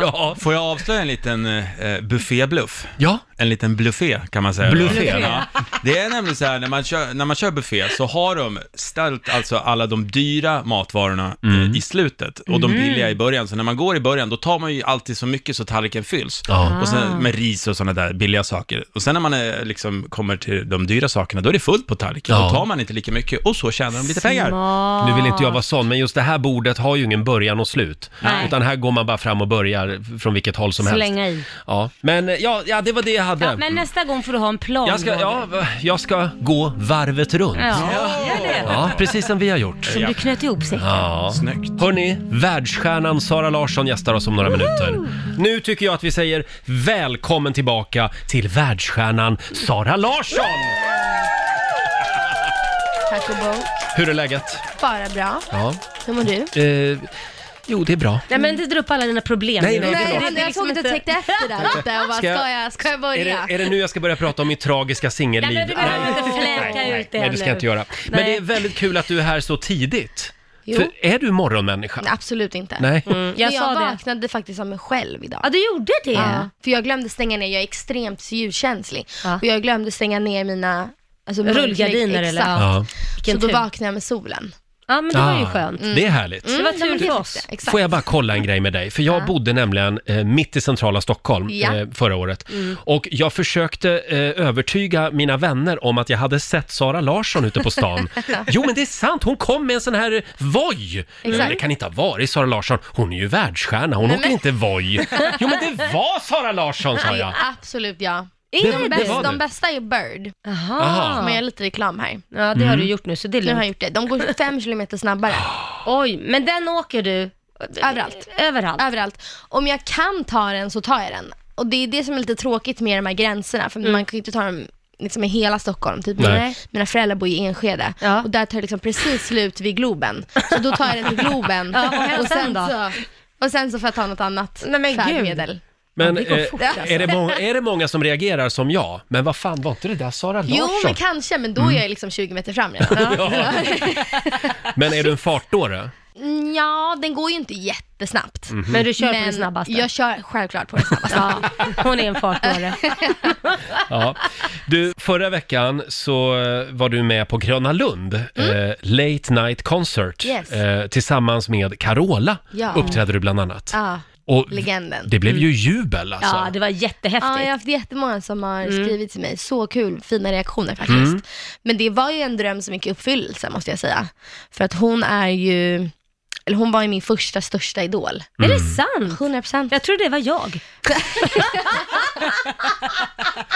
[SPEAKER 1] Ja,
[SPEAKER 8] Får jag avslöja en liten eh, buffébluff?
[SPEAKER 1] ja.
[SPEAKER 8] En liten bluffé kan man säga. då.
[SPEAKER 1] Bluffé.
[SPEAKER 8] Ja. Det är nämligen så här, när man, kör, när man kör buffé så har de ställt alltså alla de dyra matvarorna eh,
[SPEAKER 1] Mm.
[SPEAKER 8] i slutet och de billiga i början. Så när man går i början då tar man ju alltid så mycket så tallriken fylls.
[SPEAKER 1] Ja. Ah.
[SPEAKER 8] Och sen med ris och sådana där billiga saker. Och sen när man eh, liksom kommer till de dyra sakerna då är det fullt på tallriken.
[SPEAKER 1] Ja.
[SPEAKER 8] Då tar man inte lika mycket och så tjänar de lite pengar.
[SPEAKER 4] Ah.
[SPEAKER 1] Nu vill inte jag vara sån, men just det här bordet har ju ingen början och slut.
[SPEAKER 4] Nej.
[SPEAKER 1] Utan här går man bara fram och börjar från vilket håll som helst.
[SPEAKER 4] Slänga i.
[SPEAKER 1] Ja, men ja, ja, det var det jag hade.
[SPEAKER 4] Ja, men nästa gång får du ha en plan.
[SPEAKER 1] jag, ska, ja,
[SPEAKER 4] Roger.
[SPEAKER 1] jag ska gå varvet runt.
[SPEAKER 4] ja. gör det.
[SPEAKER 1] Ja, precis som vi har gjort.
[SPEAKER 4] Som du knöt ihop sig.
[SPEAKER 1] Ja.
[SPEAKER 8] Snyggt.
[SPEAKER 1] Hörni, världsstjärnan Sara Larsson gästar oss om några minuter. Nu tycker jag att vi säger välkommen tillbaka till världsstjärnan Sara Larsson!
[SPEAKER 5] Tack och bok.
[SPEAKER 1] Hur är läget?
[SPEAKER 5] Bara bra.
[SPEAKER 1] Ja.
[SPEAKER 5] Hur mår du?
[SPEAKER 1] Eh, jo, det är bra.
[SPEAKER 4] Nej men inte dra upp alla dina problem.
[SPEAKER 1] Nej,
[SPEAKER 4] nu.
[SPEAKER 1] nej,
[SPEAKER 5] Nej,
[SPEAKER 1] förlåt.
[SPEAKER 5] det, jag
[SPEAKER 4] liksom
[SPEAKER 5] såg att du täckte efter där lite och bara,
[SPEAKER 1] liksom Ska
[SPEAKER 5] ska
[SPEAKER 1] jag-
[SPEAKER 5] jag, ska jag
[SPEAKER 1] Är
[SPEAKER 5] börja?
[SPEAKER 1] det, är det nu jag ska börja prata om mitt tragiska
[SPEAKER 4] Nej,
[SPEAKER 1] singelliv?
[SPEAKER 4] men du behöver inte fläka ut det
[SPEAKER 1] nej, det ska
[SPEAKER 4] nu.
[SPEAKER 1] jag inte göra. Men
[SPEAKER 4] Nej.
[SPEAKER 1] det är väldigt kul att du är här så tidigt.
[SPEAKER 5] Jo.
[SPEAKER 1] För är du morgonmänniska?
[SPEAKER 5] Absolut inte.
[SPEAKER 1] Nej.
[SPEAKER 5] Men
[SPEAKER 4] Jag
[SPEAKER 5] Jag,
[SPEAKER 4] sa det.
[SPEAKER 5] vaknade faktiskt av mig själv idag.
[SPEAKER 4] Ja, du gjorde det.
[SPEAKER 5] Ja, för jag glömde stänga ner, jag är extremt ljuskänslig.
[SPEAKER 4] Ja.
[SPEAKER 5] Och jag glömde stänga ner mina alltså,
[SPEAKER 4] Rullgardiner
[SPEAKER 5] mörklägg-
[SPEAKER 4] eller?
[SPEAKER 5] Exakt.
[SPEAKER 1] Ja.
[SPEAKER 5] Så
[SPEAKER 4] Vilken
[SPEAKER 5] då
[SPEAKER 4] tur.
[SPEAKER 5] vaknade jag med solen.
[SPEAKER 4] Ja, men det var ju
[SPEAKER 1] Ah,
[SPEAKER 4] skönt.
[SPEAKER 1] Det är härligt.
[SPEAKER 4] Det var tur för oss.
[SPEAKER 5] Ja, Exakt.
[SPEAKER 1] Får jag bara kolla en grej med dig? För jag bodde nämligen eh, mitt i centrala Stockholm
[SPEAKER 5] Ja. Mm.
[SPEAKER 1] eh, förra året. Och jag försökte eh, övertyga mina vänner om att jag hade sett Sara Larsson ute på stan. jo, men det är sant. Hon kom med en sån här eh, Voi. Men
[SPEAKER 5] Exakt.
[SPEAKER 1] det kan inte ha varit Sara Larsson. Hon är ju världsstjärna. Hon åker inte Voi. Jo, men det var Sara Larsson, sa jag.
[SPEAKER 5] Absolut ja.
[SPEAKER 1] Det,
[SPEAKER 5] De,
[SPEAKER 1] det
[SPEAKER 5] bäst,
[SPEAKER 1] var
[SPEAKER 5] de
[SPEAKER 1] det.
[SPEAKER 5] bästa är Bird.
[SPEAKER 1] Aha. Mm.
[SPEAKER 5] Ja. Men jag gör lite reklam här.
[SPEAKER 4] Ja, det har du gjort nu, så det är
[SPEAKER 5] Nu har jag
[SPEAKER 4] lugnt.
[SPEAKER 5] gjort det. De går fem kilometer snabbare.
[SPEAKER 4] Oj, men den åker du?
[SPEAKER 5] Överallt.
[SPEAKER 4] Överallt.
[SPEAKER 5] Överallt. Om jag kan ta den så tar jag den. Och det är det som är lite tråkigt med de här gränserna,
[SPEAKER 4] Mm.
[SPEAKER 5] för man kan ju inte ta dem liksom i hela Stockholm. Typ
[SPEAKER 1] Nej.
[SPEAKER 5] mina, mina föräldrar bor ju i Enskede
[SPEAKER 4] Ja.
[SPEAKER 5] och där tar det liksom precis slut vid Globen. Så då tar jag den till Globen.
[SPEAKER 4] Ja, vad händer
[SPEAKER 5] och,
[SPEAKER 4] sen
[SPEAKER 5] sen
[SPEAKER 4] då?
[SPEAKER 5] så, och sen så får jag ta något annat
[SPEAKER 4] Nej, men gud.
[SPEAKER 5] färdmedel.
[SPEAKER 1] Men
[SPEAKER 4] det går
[SPEAKER 1] eh,
[SPEAKER 4] fort,
[SPEAKER 5] alltså.
[SPEAKER 1] är, det många, är det många som reagerar som jag? Men vad fan, var inte det där Sara Larsson?
[SPEAKER 5] Jo, men
[SPEAKER 4] Mm.
[SPEAKER 5] kanske, men då är jag liksom 20 meter fram redan.
[SPEAKER 1] Men är du en fartdåre?
[SPEAKER 5] Mm, Ja, den går ju inte jättesnabbt.
[SPEAKER 4] Mm-hmm. Men du kör på
[SPEAKER 5] Men
[SPEAKER 4] Mm. det snabbaste?
[SPEAKER 5] Jag kör självklart på det snabbaste.
[SPEAKER 4] Ja, hon är en fartdåre.
[SPEAKER 1] Ja. Du, förra veckan så eh, var du med på Gröna Lund, eh, Late Night Concert.
[SPEAKER 5] Mm. Yes.
[SPEAKER 1] Eh, tillsammans med Carola
[SPEAKER 5] Ja.
[SPEAKER 1] uppträdde du bland annat.
[SPEAKER 5] Ja,
[SPEAKER 1] Och
[SPEAKER 5] legenden. Mm.
[SPEAKER 1] det blev ju jubel alltså.
[SPEAKER 4] Ja, det var jättehäftigt.
[SPEAKER 5] Ja, jag har haft jättemånga som har
[SPEAKER 4] Mm.
[SPEAKER 5] skrivit till mig. Så kul, fina reaktioner faktiskt. Men det var ju en dröm som gick i uppfyllelse måste jag säga. För att hon är ju, eller hon var ju min första största idol.
[SPEAKER 4] Är det sant?
[SPEAKER 5] 100%.
[SPEAKER 4] Jag trodde det var jag.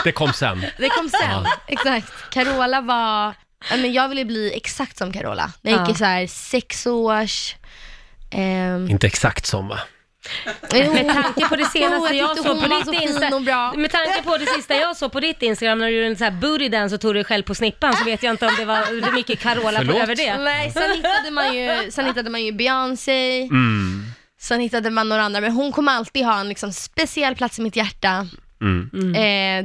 [SPEAKER 1] Det kom sen.
[SPEAKER 5] Det kom sen. Exakt. Carola var, ja, men jag ville bli exakt som Carola. När jag
[SPEAKER 4] Ja.
[SPEAKER 5] gick i så här sex års, ehm,
[SPEAKER 1] Inte exakt som va?
[SPEAKER 5] jo,
[SPEAKER 4] Med tanke på det senaste
[SPEAKER 5] Jo,
[SPEAKER 4] jag,
[SPEAKER 5] tyckte
[SPEAKER 4] såg
[SPEAKER 5] hon
[SPEAKER 4] på
[SPEAKER 5] var
[SPEAKER 4] ditt
[SPEAKER 5] så fin
[SPEAKER 4] Insta-
[SPEAKER 5] och bra.
[SPEAKER 4] Med tanke på det sista jag såg på ditt Instagram när du gjorde en sån här booty dance och tog dig själv på snippan så vet jag inte om det var hur mycket Carola på
[SPEAKER 1] Förlåt?
[SPEAKER 4] över det.
[SPEAKER 5] Nej, sen hittade man ju, sen hittade man ju Beyoncé,
[SPEAKER 1] Mm.
[SPEAKER 5] sen hittade man några andra, men hon kommer alltid ha en liksom speciell plats i mitt hjärta.
[SPEAKER 1] Mm.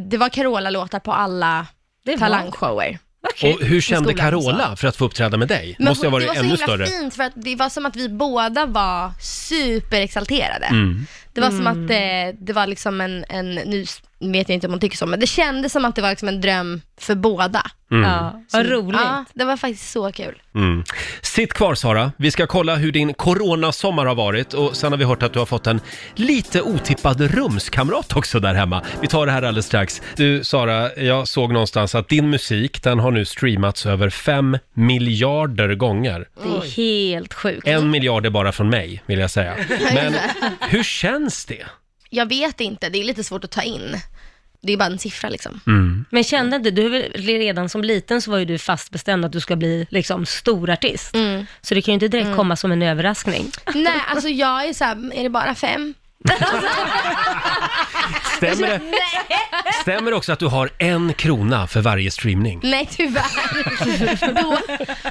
[SPEAKER 5] Eh, det var Carola-låtar på alla
[SPEAKER 4] Det var-
[SPEAKER 5] talangshower.
[SPEAKER 1] Och hur kände
[SPEAKER 5] skolan,
[SPEAKER 1] Carola för att få uppträda med dig? Måste ha
[SPEAKER 5] hon-
[SPEAKER 1] varit
[SPEAKER 5] det var
[SPEAKER 1] ännu
[SPEAKER 5] så
[SPEAKER 1] större?
[SPEAKER 5] himla fint för att det var som att vi båda var superexalterade.
[SPEAKER 1] Mm.
[SPEAKER 5] Det var som att eh, det var liksom en, en, nu s- vet jag inte om hon tycker så, men det kändes som att det var liksom en dröm för båda. Typ.
[SPEAKER 4] Ja, vad roligt.
[SPEAKER 5] Mm. Ja, det var faktiskt så kul.
[SPEAKER 1] Mm. Sitt kvar Sara, vi ska kolla hur din coronasommar har varit och sen har vi hört att du har fått en lite otippad rumskamrat också där hemma. Vi tar det här alldeles strax. Du Sara, jag såg någonstans att din musik, den har nu streamats över 5 miljarder gånger.
[SPEAKER 4] Det är helt sjukt.
[SPEAKER 1] En miljard är bara från mig, vill jag säga. Men hur känns det?
[SPEAKER 5] Jag vet inte, det är lite svårt att ta in. Det är bara en siffra liksom.
[SPEAKER 4] Men kände inte du, redan som liten så var ju du fast bestämd att du ska bli liksom stor artist.
[SPEAKER 5] Mm.
[SPEAKER 4] Så det kan ju inte direkt komma som en överraskning.
[SPEAKER 5] Nej, alltså jag är så här, är det bara fem?
[SPEAKER 1] Stämmer det? Stämmer det också att du har en krona för varje streamning?
[SPEAKER 5] Nej, tyvärr. då,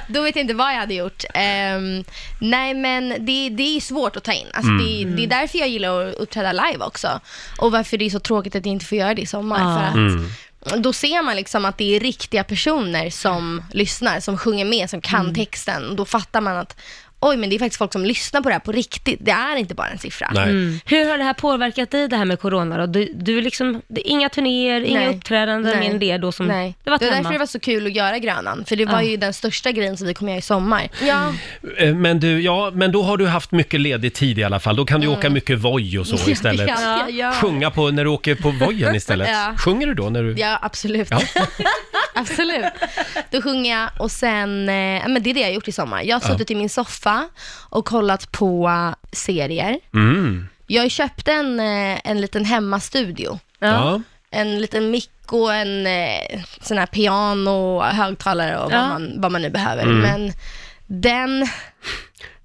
[SPEAKER 5] då vet jag inte vad jag hade gjort. Ehm, nej, men det, det är svårt att ta in. Alltså, det,
[SPEAKER 4] Mm.
[SPEAKER 5] det är därför jag gillar att uppträda live också. Och varför det är så tråkigt att jag inte får göra det i sommar.
[SPEAKER 4] Ah.
[SPEAKER 5] För att
[SPEAKER 4] Mm.
[SPEAKER 5] Då ser man liksom att det är riktiga personer som lyssnar, som sjunger med, som
[SPEAKER 4] Mm.
[SPEAKER 5] kan texten. Då fattar man att Oj, men det är faktiskt folk som lyssnar på det här på riktigt. Det är inte bara en siffra.
[SPEAKER 1] Nej.
[SPEAKER 4] Hur har det här påverkat dig, det här med corona då? Du, du liksom, det, inga turnéer, inga
[SPEAKER 5] Nej.
[SPEAKER 4] uppträdanden,
[SPEAKER 5] Nej.
[SPEAKER 4] mer än det då som...
[SPEAKER 5] Nej.
[SPEAKER 4] Det var
[SPEAKER 5] det var
[SPEAKER 4] hemma.
[SPEAKER 5] därför det var så kul att göra Grönan, för det var ju den största grejen som vi kommer göra i sommar. Ja,
[SPEAKER 1] Eh, Men du, ja, men då har du haft mycket ledig tid i alla fall. Då kan du åka mycket Voi och så istället.
[SPEAKER 5] Mm. Ja, ja, ja.
[SPEAKER 1] Sjunga på när du åker på Vojen istället.
[SPEAKER 5] Ja.
[SPEAKER 1] Sjunger du då när du...
[SPEAKER 5] ja absolut.
[SPEAKER 1] Ja.
[SPEAKER 5] absolut. Då sjunger jag och sen, eh, ja, men det är det jag har gjort i sommar. Jag har suttit i min soffa och kollat på eh, serier.
[SPEAKER 1] Mm.
[SPEAKER 5] Jag köpte en, eh, en liten hemmastudio.
[SPEAKER 1] Ja.
[SPEAKER 5] En liten mick och en eh, sån här piano, högtalare och vad,
[SPEAKER 4] Ja.
[SPEAKER 5] man, vad man nu behöver.
[SPEAKER 1] Mm.
[SPEAKER 5] Men den,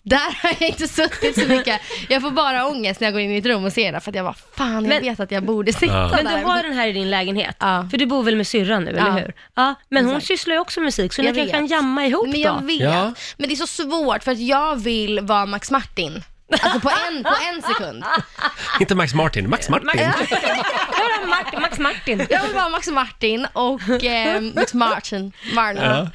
[SPEAKER 5] där har jag inte suttit så mycket. Jag får bara ångest när jag går in i mitt rum och ser den för att jag bara, fan jag
[SPEAKER 4] Men-
[SPEAKER 5] vet att jag borde sitta
[SPEAKER 1] Ja.
[SPEAKER 5] där.
[SPEAKER 4] Men du har den här i din lägenhet?
[SPEAKER 5] Ja.
[SPEAKER 4] För du bor väl med syrran nu,
[SPEAKER 5] Ja.
[SPEAKER 4] eller hur? Ja, men hon sysslar ju också med musik, så ni
[SPEAKER 5] Jag
[SPEAKER 4] kanske kan
[SPEAKER 5] vet.
[SPEAKER 4] jamma ihop
[SPEAKER 5] Men jag
[SPEAKER 4] då?
[SPEAKER 5] vet.
[SPEAKER 1] Ja.
[SPEAKER 5] Men det är så svårt för att jag vill vara Max Martin. Alltså på en, på en sekund.
[SPEAKER 1] Inte Max Martin, Max Martin.
[SPEAKER 4] Hör Max, Max Martin.
[SPEAKER 5] Jag vill vara Max Martin och eh, Max Martin. Martin.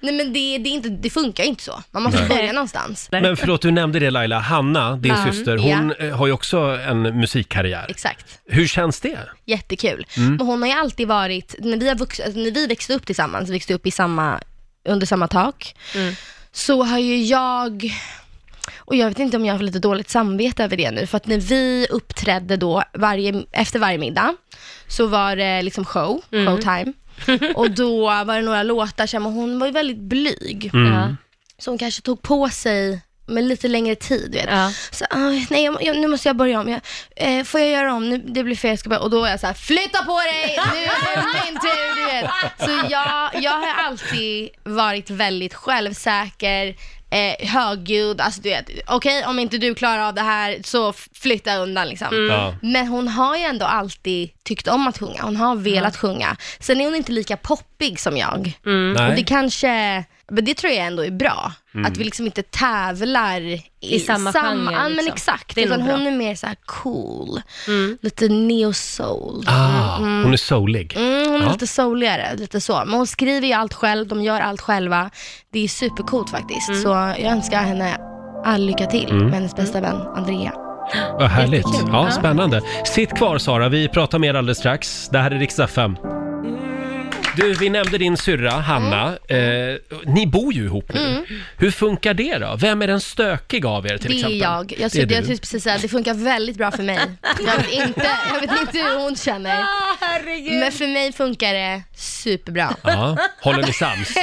[SPEAKER 5] Nej men det, det, är inte, det funkar ju inte så. Man måste börja någonstans.
[SPEAKER 1] Men förlåt, du nämnde det Laila. Hanna, din syster, hon
[SPEAKER 5] Ja.
[SPEAKER 1] eh, har ju också en musikkarriär.
[SPEAKER 5] Exakt.
[SPEAKER 1] Hur känns det?
[SPEAKER 5] Jättekul. Men hon har ju alltid varit, när vi, har vux, alltså, när vi växte upp tillsammans, växte upp i samma, under samma tak, så har ju jag, och jag vet inte om jag har lite dåligt samvete över det nu, för att när vi uppträdde då varje, efter varje middag, så var det liksom show, showtime. och då var det några låtar, som, och hon var ju väldigt blyg.
[SPEAKER 4] Ja.
[SPEAKER 5] Så hon kanske tog på sig med lite längre tid. Vet.
[SPEAKER 4] Ja.
[SPEAKER 5] Så, "Aj, nej, jag, jag, nu måste jag börja om. Jag, eh, får jag göra om? Nu, det blir fel. Jag ska börja. Och då är jag så här, flytta på dig! Nu är det min tur. Du vet. Så jag, jag har alltid varit väldigt självsäker, eh, högljudd. Alltså, du vet, okej, om inte du klarar av det här så f- flytta undan. Liksom.
[SPEAKER 1] Ja.
[SPEAKER 5] Men hon har ju ändå alltid tyckt om att sjunga. Hon har velat sjunga. Sen är hon inte lika poppig som jag. Mm. Och det
[SPEAKER 1] Nej. Mm.
[SPEAKER 5] kanske, men det tror jag ändå är bra. Att vi liksom inte tävlar i,
[SPEAKER 4] I samma genre,
[SPEAKER 5] Ja, men
[SPEAKER 4] liksom.
[SPEAKER 5] exakt.
[SPEAKER 4] Det är
[SPEAKER 5] Utan
[SPEAKER 4] nog bra. Mm.
[SPEAKER 5] hon är mer så här cool, lite neo-soul.
[SPEAKER 1] Ah, hon är soulig.
[SPEAKER 5] Mm, hon är
[SPEAKER 1] Ja.
[SPEAKER 5] lite souligare, lite så. Men hon
[SPEAKER 4] Mm.
[SPEAKER 5] skriver ju allt själv, de gör allt själva. Det är supercoolt faktiskt. Så jag önskar henne All lycka till
[SPEAKER 1] Mm.
[SPEAKER 5] med hennes bästa
[SPEAKER 4] Mm.
[SPEAKER 5] vän Andrea.
[SPEAKER 1] Vad härligt.
[SPEAKER 5] Jättekul.
[SPEAKER 1] Ja,
[SPEAKER 5] Ja.
[SPEAKER 1] spännande. Sitt kvar Sara, vi pratar mer alldeles strax. Det här är riksdag 5. Du, vi nämnde din syrra Hanna.
[SPEAKER 5] Mm.
[SPEAKER 1] Eh, ni bor ju ihop nu. Hur funkar det då? Vem är den stökiga av er till
[SPEAKER 5] Det är
[SPEAKER 1] exempel?
[SPEAKER 5] jag. Jag
[SPEAKER 1] Det är
[SPEAKER 5] skulle jag
[SPEAKER 1] du.
[SPEAKER 5] skulle precis säga, det funkar väldigt bra för mig. Jag vet inte, jag vet inte hur hon känner.
[SPEAKER 4] Ah,
[SPEAKER 5] Men för mig funkar det superbra.
[SPEAKER 1] Ja, håller ni sams?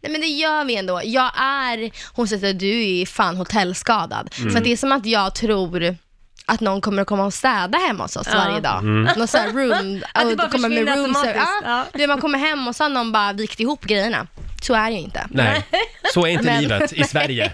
[SPEAKER 5] Nej men det gör vi ändå. Jag är, hon säger att du är fan hotellskadad.
[SPEAKER 4] Mm.
[SPEAKER 5] Så att det är som att jag tror att någon kommer att komma och städa hemma hos oss varje dag. Någon sån här room,
[SPEAKER 4] Mm. Att det
[SPEAKER 5] och
[SPEAKER 4] bara
[SPEAKER 5] kommer
[SPEAKER 4] försvinner
[SPEAKER 5] room service.
[SPEAKER 4] automatiskt.
[SPEAKER 5] Ja, du vet, man kommer hem och så har någon bara vikt ihop grejerna. Så är det ju inte.
[SPEAKER 1] Nej, så är inte
[SPEAKER 5] Men-
[SPEAKER 1] livet i Sverige.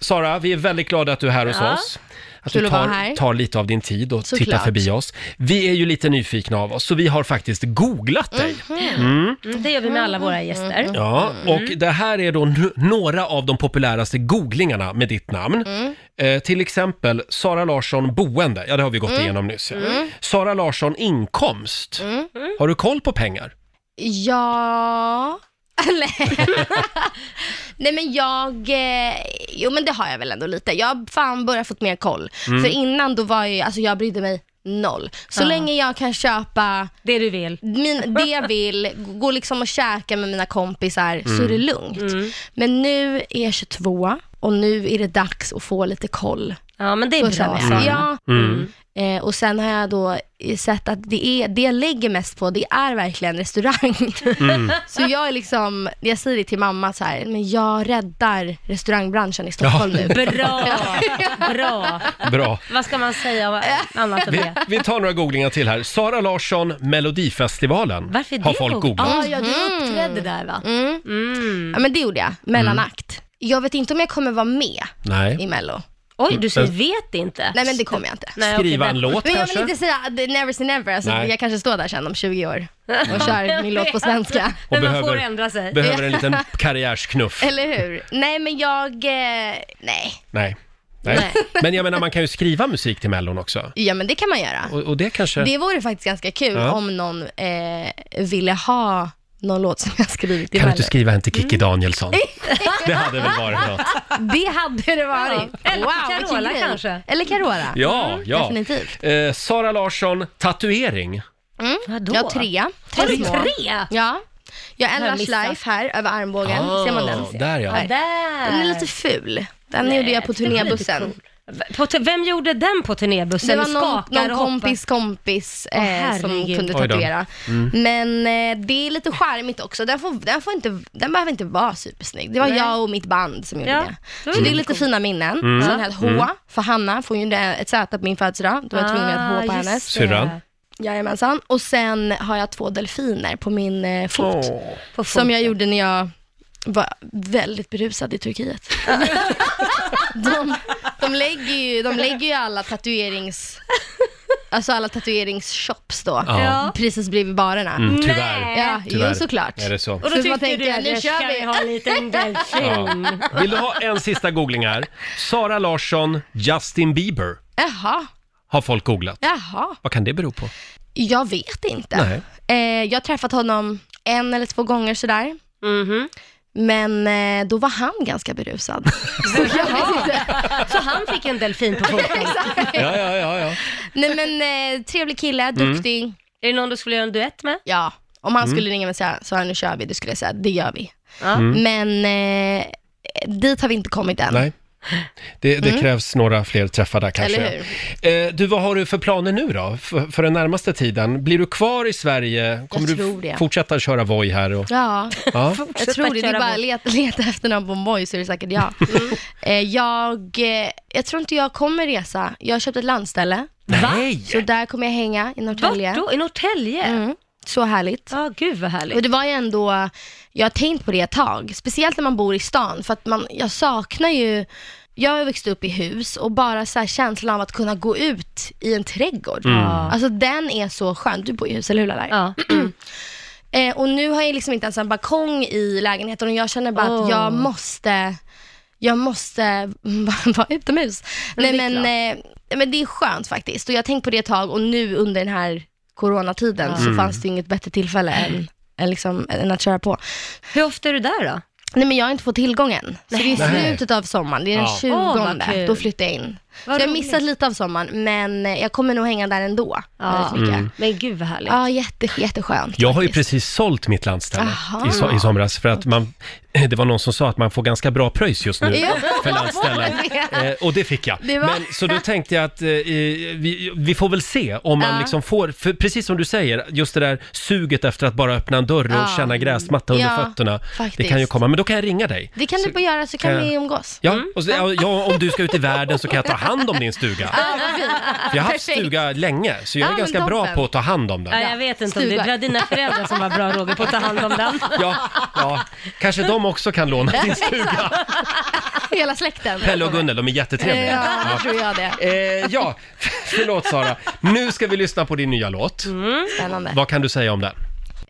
[SPEAKER 1] Sara, vi är väldigt glada att du är här hos
[SPEAKER 4] Ja.
[SPEAKER 1] oss. Att
[SPEAKER 5] Kul
[SPEAKER 1] du
[SPEAKER 5] att vara
[SPEAKER 1] tar,
[SPEAKER 5] här.
[SPEAKER 1] tar lite av din tid och
[SPEAKER 5] Såklart.
[SPEAKER 1] tittar förbi oss. Vi är ju lite nyfikna av oss, så vi har faktiskt googlat dig.
[SPEAKER 4] Mm, det gör vi med alla våra
[SPEAKER 5] Mm,
[SPEAKER 4] gäster.
[SPEAKER 1] Ja,
[SPEAKER 4] Mm.
[SPEAKER 1] och det här är då n- några av de populäraste googlingarna med ditt namn.
[SPEAKER 4] Mm.
[SPEAKER 1] Eh, till exempel Sara Larsson boende, ja det har vi
[SPEAKER 4] Mm.
[SPEAKER 1] gått igenom nyss. Ja. Sara Larsson inkomst.
[SPEAKER 4] Mm.
[SPEAKER 1] Har du koll på pengar?
[SPEAKER 5] Ja... Nej. Nej men jag, eh, jo men det har jag väl ändå lite. Jag har fan börjat fått mer koll. För innan då var jag ju, alltså jag brydde mig noll. Så
[SPEAKER 4] Mm. Ja.
[SPEAKER 5] länge jag kan köpa
[SPEAKER 4] Det du vill.
[SPEAKER 5] min, det jag vill, gå liksom och käka med mina kompisar så är det lugnt.
[SPEAKER 4] Mm.
[SPEAKER 5] Men nu är jag 22 och nu är det dags att få lite koll.
[SPEAKER 4] Ja, men det är
[SPEAKER 5] Så
[SPEAKER 4] bra. Mm.
[SPEAKER 5] känner jag. Ja. Eh, och sen har jag då sett att det, är, det jag lägger mest på, det är verkligen restaurang. så jag är liksom, jag säger det till mamma så här, men jag räddar restaurangbranschen i Stockholm nu.
[SPEAKER 4] Mm. Bra, bra.
[SPEAKER 1] Bra.
[SPEAKER 4] Vad ska man säga av- annat om
[SPEAKER 1] Vi,
[SPEAKER 4] det?
[SPEAKER 1] vi tar några googlingar till här. Sara Larsson, Melodifestivalen
[SPEAKER 4] Varför
[SPEAKER 1] har
[SPEAKER 4] det
[SPEAKER 1] folk
[SPEAKER 4] googlat?
[SPEAKER 1] googlat.
[SPEAKER 4] ja, du uppträdde där va?
[SPEAKER 5] Mm. Ja men det gjorde jag, mellanakt. Jag vet inte om jag kommer vara med i
[SPEAKER 4] Mm.
[SPEAKER 1] Nej.
[SPEAKER 5] Mello.
[SPEAKER 4] Oj, du säger vet inte.
[SPEAKER 5] Nej men det kommer jag inte.
[SPEAKER 4] Nej, okej,
[SPEAKER 1] Skriva
[SPEAKER 4] där-
[SPEAKER 1] en låt
[SPEAKER 5] Men jag
[SPEAKER 1] kanske?
[SPEAKER 5] vill inte säga the never say never, alltså,
[SPEAKER 1] Nej.
[SPEAKER 5] jag kanske står där sen om 20 år och kör min låt på svenska.
[SPEAKER 4] Men man
[SPEAKER 1] behöver-
[SPEAKER 4] får ändra sig.
[SPEAKER 1] Behöver en liten karriärsknuff.
[SPEAKER 5] Eller hur? Nej men jag, eh, nej.
[SPEAKER 1] Nej. Nej.
[SPEAKER 5] Nej.
[SPEAKER 1] Men jag menar, man kan ju skriva musik till Mellon också.
[SPEAKER 5] Ja men det kan man göra.
[SPEAKER 1] Och, och det kanske...
[SPEAKER 5] Det vore faktiskt ganska kul
[SPEAKER 1] Ja.
[SPEAKER 5] om någon eh, ville ha någon låt som jag skrivit i
[SPEAKER 1] Kan du inte
[SPEAKER 5] Mello.
[SPEAKER 1] skriva en till Kikki
[SPEAKER 5] Mm.
[SPEAKER 1] Danielsson? Det hade väl varit något.
[SPEAKER 5] Det hade det varit.
[SPEAKER 4] Ja. Eller
[SPEAKER 5] vilken
[SPEAKER 4] Carola
[SPEAKER 5] grej.
[SPEAKER 4] kanske.
[SPEAKER 5] Eller Carola.
[SPEAKER 1] Ja, ja.
[SPEAKER 5] Definitivt.
[SPEAKER 1] Eh, Sara Larsson, tatuering.
[SPEAKER 4] Vadå?
[SPEAKER 5] Jag har tre.
[SPEAKER 4] Har
[SPEAKER 5] Tre
[SPEAKER 4] du
[SPEAKER 5] små.
[SPEAKER 4] tre?
[SPEAKER 5] Ja. Jag har
[SPEAKER 4] jag
[SPEAKER 5] en
[SPEAKER 4] missat.
[SPEAKER 5] life här över armbågen.
[SPEAKER 1] Ah,
[SPEAKER 5] Ser man den?
[SPEAKER 1] där ja.
[SPEAKER 5] Här.
[SPEAKER 4] Där.
[SPEAKER 5] Den är lite ful. Den gjorde jag på
[SPEAKER 4] det var lite
[SPEAKER 5] turnébussen.
[SPEAKER 4] På tu- Vem gjorde den på turnébussen?
[SPEAKER 5] Det var någon,
[SPEAKER 4] Skakar
[SPEAKER 5] någon
[SPEAKER 4] och hoppar.
[SPEAKER 5] kompis kompis eh, som
[SPEAKER 4] herregud.
[SPEAKER 5] kunde
[SPEAKER 1] Oj då. Mm.
[SPEAKER 5] tatuera. Men eh, det är lite charmigt också. Den, får, den, får inte, den behöver inte vara supersnygg. Det var
[SPEAKER 4] Nej.
[SPEAKER 5] jag och mitt band som gjorde
[SPEAKER 4] Ja, då
[SPEAKER 5] det.
[SPEAKER 4] är
[SPEAKER 5] Så
[SPEAKER 4] det
[SPEAKER 5] det är lite
[SPEAKER 4] coolt.
[SPEAKER 5] fina minnen.
[SPEAKER 1] Mm.
[SPEAKER 5] Sen ett H, för Hanna får ju det- ett Z på min födelsedag. Då var jag tvungen att ha ett H på
[SPEAKER 4] Ah, just
[SPEAKER 5] hennes.
[SPEAKER 4] det.
[SPEAKER 1] Syrran.
[SPEAKER 5] Jajamensan. Och sen har jag två delfiner på min eh, fot.
[SPEAKER 4] På
[SPEAKER 5] Som jag
[SPEAKER 4] foten.
[SPEAKER 5] gjorde när jag var väldigt berusad i Turkiet. de, de, lägger ju, de lägger ju alla tatuerings... Alltså alla tatueringsshops då,
[SPEAKER 1] Ja.
[SPEAKER 5] precis bredvid barerna.
[SPEAKER 1] Mm, tyvärr.
[SPEAKER 5] Ja,
[SPEAKER 1] Tyvärr.
[SPEAKER 5] jo såklart.
[SPEAKER 1] Är det så?
[SPEAKER 4] Och då
[SPEAKER 5] Så
[SPEAKER 4] tyckte
[SPEAKER 5] man tänker,
[SPEAKER 4] du att
[SPEAKER 5] nu
[SPEAKER 4] jag
[SPEAKER 5] kör
[SPEAKER 4] ska
[SPEAKER 5] vi.
[SPEAKER 4] ha en liten delfin.
[SPEAKER 1] Ja. Vill du ha en sista googling här? Sara Larsson, Justin Bieber
[SPEAKER 5] Jaha,
[SPEAKER 1] har folk googlat.
[SPEAKER 5] jaha.
[SPEAKER 1] Vad kan det bero på?
[SPEAKER 5] Jag vet inte.
[SPEAKER 1] Nej.
[SPEAKER 5] Eh, jag har träffat honom en eller två gånger sådär.
[SPEAKER 4] Mhm.
[SPEAKER 5] Men eh, då var han ganska berusad. Så jag vet inte.
[SPEAKER 4] Så han fick en delfin på foten.
[SPEAKER 1] Ja, ja, ja, ja.
[SPEAKER 5] Nej men eh, trevlig kille,
[SPEAKER 1] Mm.
[SPEAKER 5] duktig.
[SPEAKER 4] Är det någon du skulle göra en duett med?
[SPEAKER 5] Ja, om han skulle ringa mig och säga, så här, nu kör vi, då skulle jag säga, det gör vi.
[SPEAKER 4] Ja.
[SPEAKER 5] Men eh, dit har vi inte kommit än.
[SPEAKER 1] Mm. Nej. Det, det krävs några fler träffar där kanske.
[SPEAKER 5] Mm. Eller
[SPEAKER 1] Eh, du, vad har du för planer nu då? För, för den närmaste tiden? Blir du kvar i Sverige? Kommer du
[SPEAKER 5] tror det.
[SPEAKER 1] fortsätta köra Voi här? Och,
[SPEAKER 5] Ja,
[SPEAKER 1] ja.
[SPEAKER 5] jag tror det. Det är
[SPEAKER 4] köra
[SPEAKER 5] bara
[SPEAKER 4] på.
[SPEAKER 5] att leta, leta efter någon på Moj så är det säkert jag.
[SPEAKER 4] Mm.
[SPEAKER 5] Eh, jag, eh, jag tror inte jag kommer resa. Jag har köpt ett landställe,
[SPEAKER 1] Nej!
[SPEAKER 5] så där kommer jag hänga i Norrtälje.
[SPEAKER 4] Vart då? I Norrtälje? Ja,
[SPEAKER 5] Mm, så härligt.
[SPEAKER 4] gud vad härligt.
[SPEAKER 5] Och det var ju ändå, jag har tänkt på det ett tag, speciellt när man bor i stan, för att man, jag saknar ju, jag har ju växt upp i hus och bara så här känslan av att kunna gå ut i en trädgård. Alltså den är så skön, du bor i hus, eller hur Lalla?
[SPEAKER 4] Ja.
[SPEAKER 5] Eh, och nu har jag liksom inte ens en balkong i lägenheten och jag känner bara
[SPEAKER 4] Åh.
[SPEAKER 5] att jag måste, jag måste vara utomhus.
[SPEAKER 4] Men
[SPEAKER 5] Nej
[SPEAKER 4] det är
[SPEAKER 5] men, eh, men det är skönt faktiskt och jag har tänkt på det ett tag och nu under den här coronatiden så fanns det inget bättre tillfälle än, än, liksom, än att köra på.
[SPEAKER 4] Hur ofta är du där då?
[SPEAKER 5] Nej men jag har inte fått tillgång än. Så det är
[SPEAKER 1] Nej.
[SPEAKER 5] slutet av sommaren, det är den
[SPEAKER 8] Ja.
[SPEAKER 5] 20
[SPEAKER 4] Åh, vad kul.
[SPEAKER 5] Då flyttar jag in.
[SPEAKER 4] Vad
[SPEAKER 5] så jag har
[SPEAKER 4] roligt.
[SPEAKER 5] missat lite av sommaren, men eh, jag kommer nog hänga där ändå.
[SPEAKER 4] Ja. Mm.
[SPEAKER 5] väldigt mycket.
[SPEAKER 1] Mm.
[SPEAKER 4] Men gud vad härligt.
[SPEAKER 5] Ja, jätte, jätteskönt.
[SPEAKER 1] Jag har ju precis sålt mitt landställe
[SPEAKER 5] Aha.
[SPEAKER 1] i, so i somras för att man, det var någon som sa att man får ganska bra pröjs just nu
[SPEAKER 5] Ja.
[SPEAKER 1] för landställen. Eh, och det fick jag.
[SPEAKER 5] Det var-
[SPEAKER 1] Men, så då tänkte jag att eh, vi, vi får väl se om man
[SPEAKER 4] Ja.
[SPEAKER 1] liksom får, för precis som du säger, just det där suget efter att bara öppna en dörr och
[SPEAKER 5] Ja.
[SPEAKER 1] känna gräsmatta under
[SPEAKER 5] Ja,
[SPEAKER 1] fötterna. Det
[SPEAKER 5] faktiskt.
[SPEAKER 1] kan ju komma, men då kan jag ringa dig.
[SPEAKER 5] Det kan
[SPEAKER 1] Så-
[SPEAKER 5] du Mm. få göra så kan
[SPEAKER 1] kan jag-
[SPEAKER 5] vi umgås.
[SPEAKER 1] Ja, och så, ja, ja, om du ska ut i världen så kan jag ta hand om din stuga.
[SPEAKER 5] Ah,
[SPEAKER 1] För jag har haft stuga länge, så jag
[SPEAKER 5] Ja,
[SPEAKER 1] är
[SPEAKER 5] men
[SPEAKER 1] ganska bra
[SPEAKER 5] toppen.
[SPEAKER 1] på att ta hand om den.
[SPEAKER 10] Ja, jag vet inte om det
[SPEAKER 5] Stuga.
[SPEAKER 10] det var dina föräldrar som var bra Roger på att ta hand om
[SPEAKER 5] Mm.
[SPEAKER 10] den.
[SPEAKER 1] Ja, ja, kanske de också kan låna din stuga.
[SPEAKER 5] Ah, Hela släkten.
[SPEAKER 1] Pelle och Gunnel, de är jättetrevliga.
[SPEAKER 5] Ja, då tror jag det.
[SPEAKER 1] Eh, ja, förlåt Sara. Nu ska vi lyssna på din nya låt.
[SPEAKER 5] Mm. Spännande.
[SPEAKER 1] Vad kan du säga om den?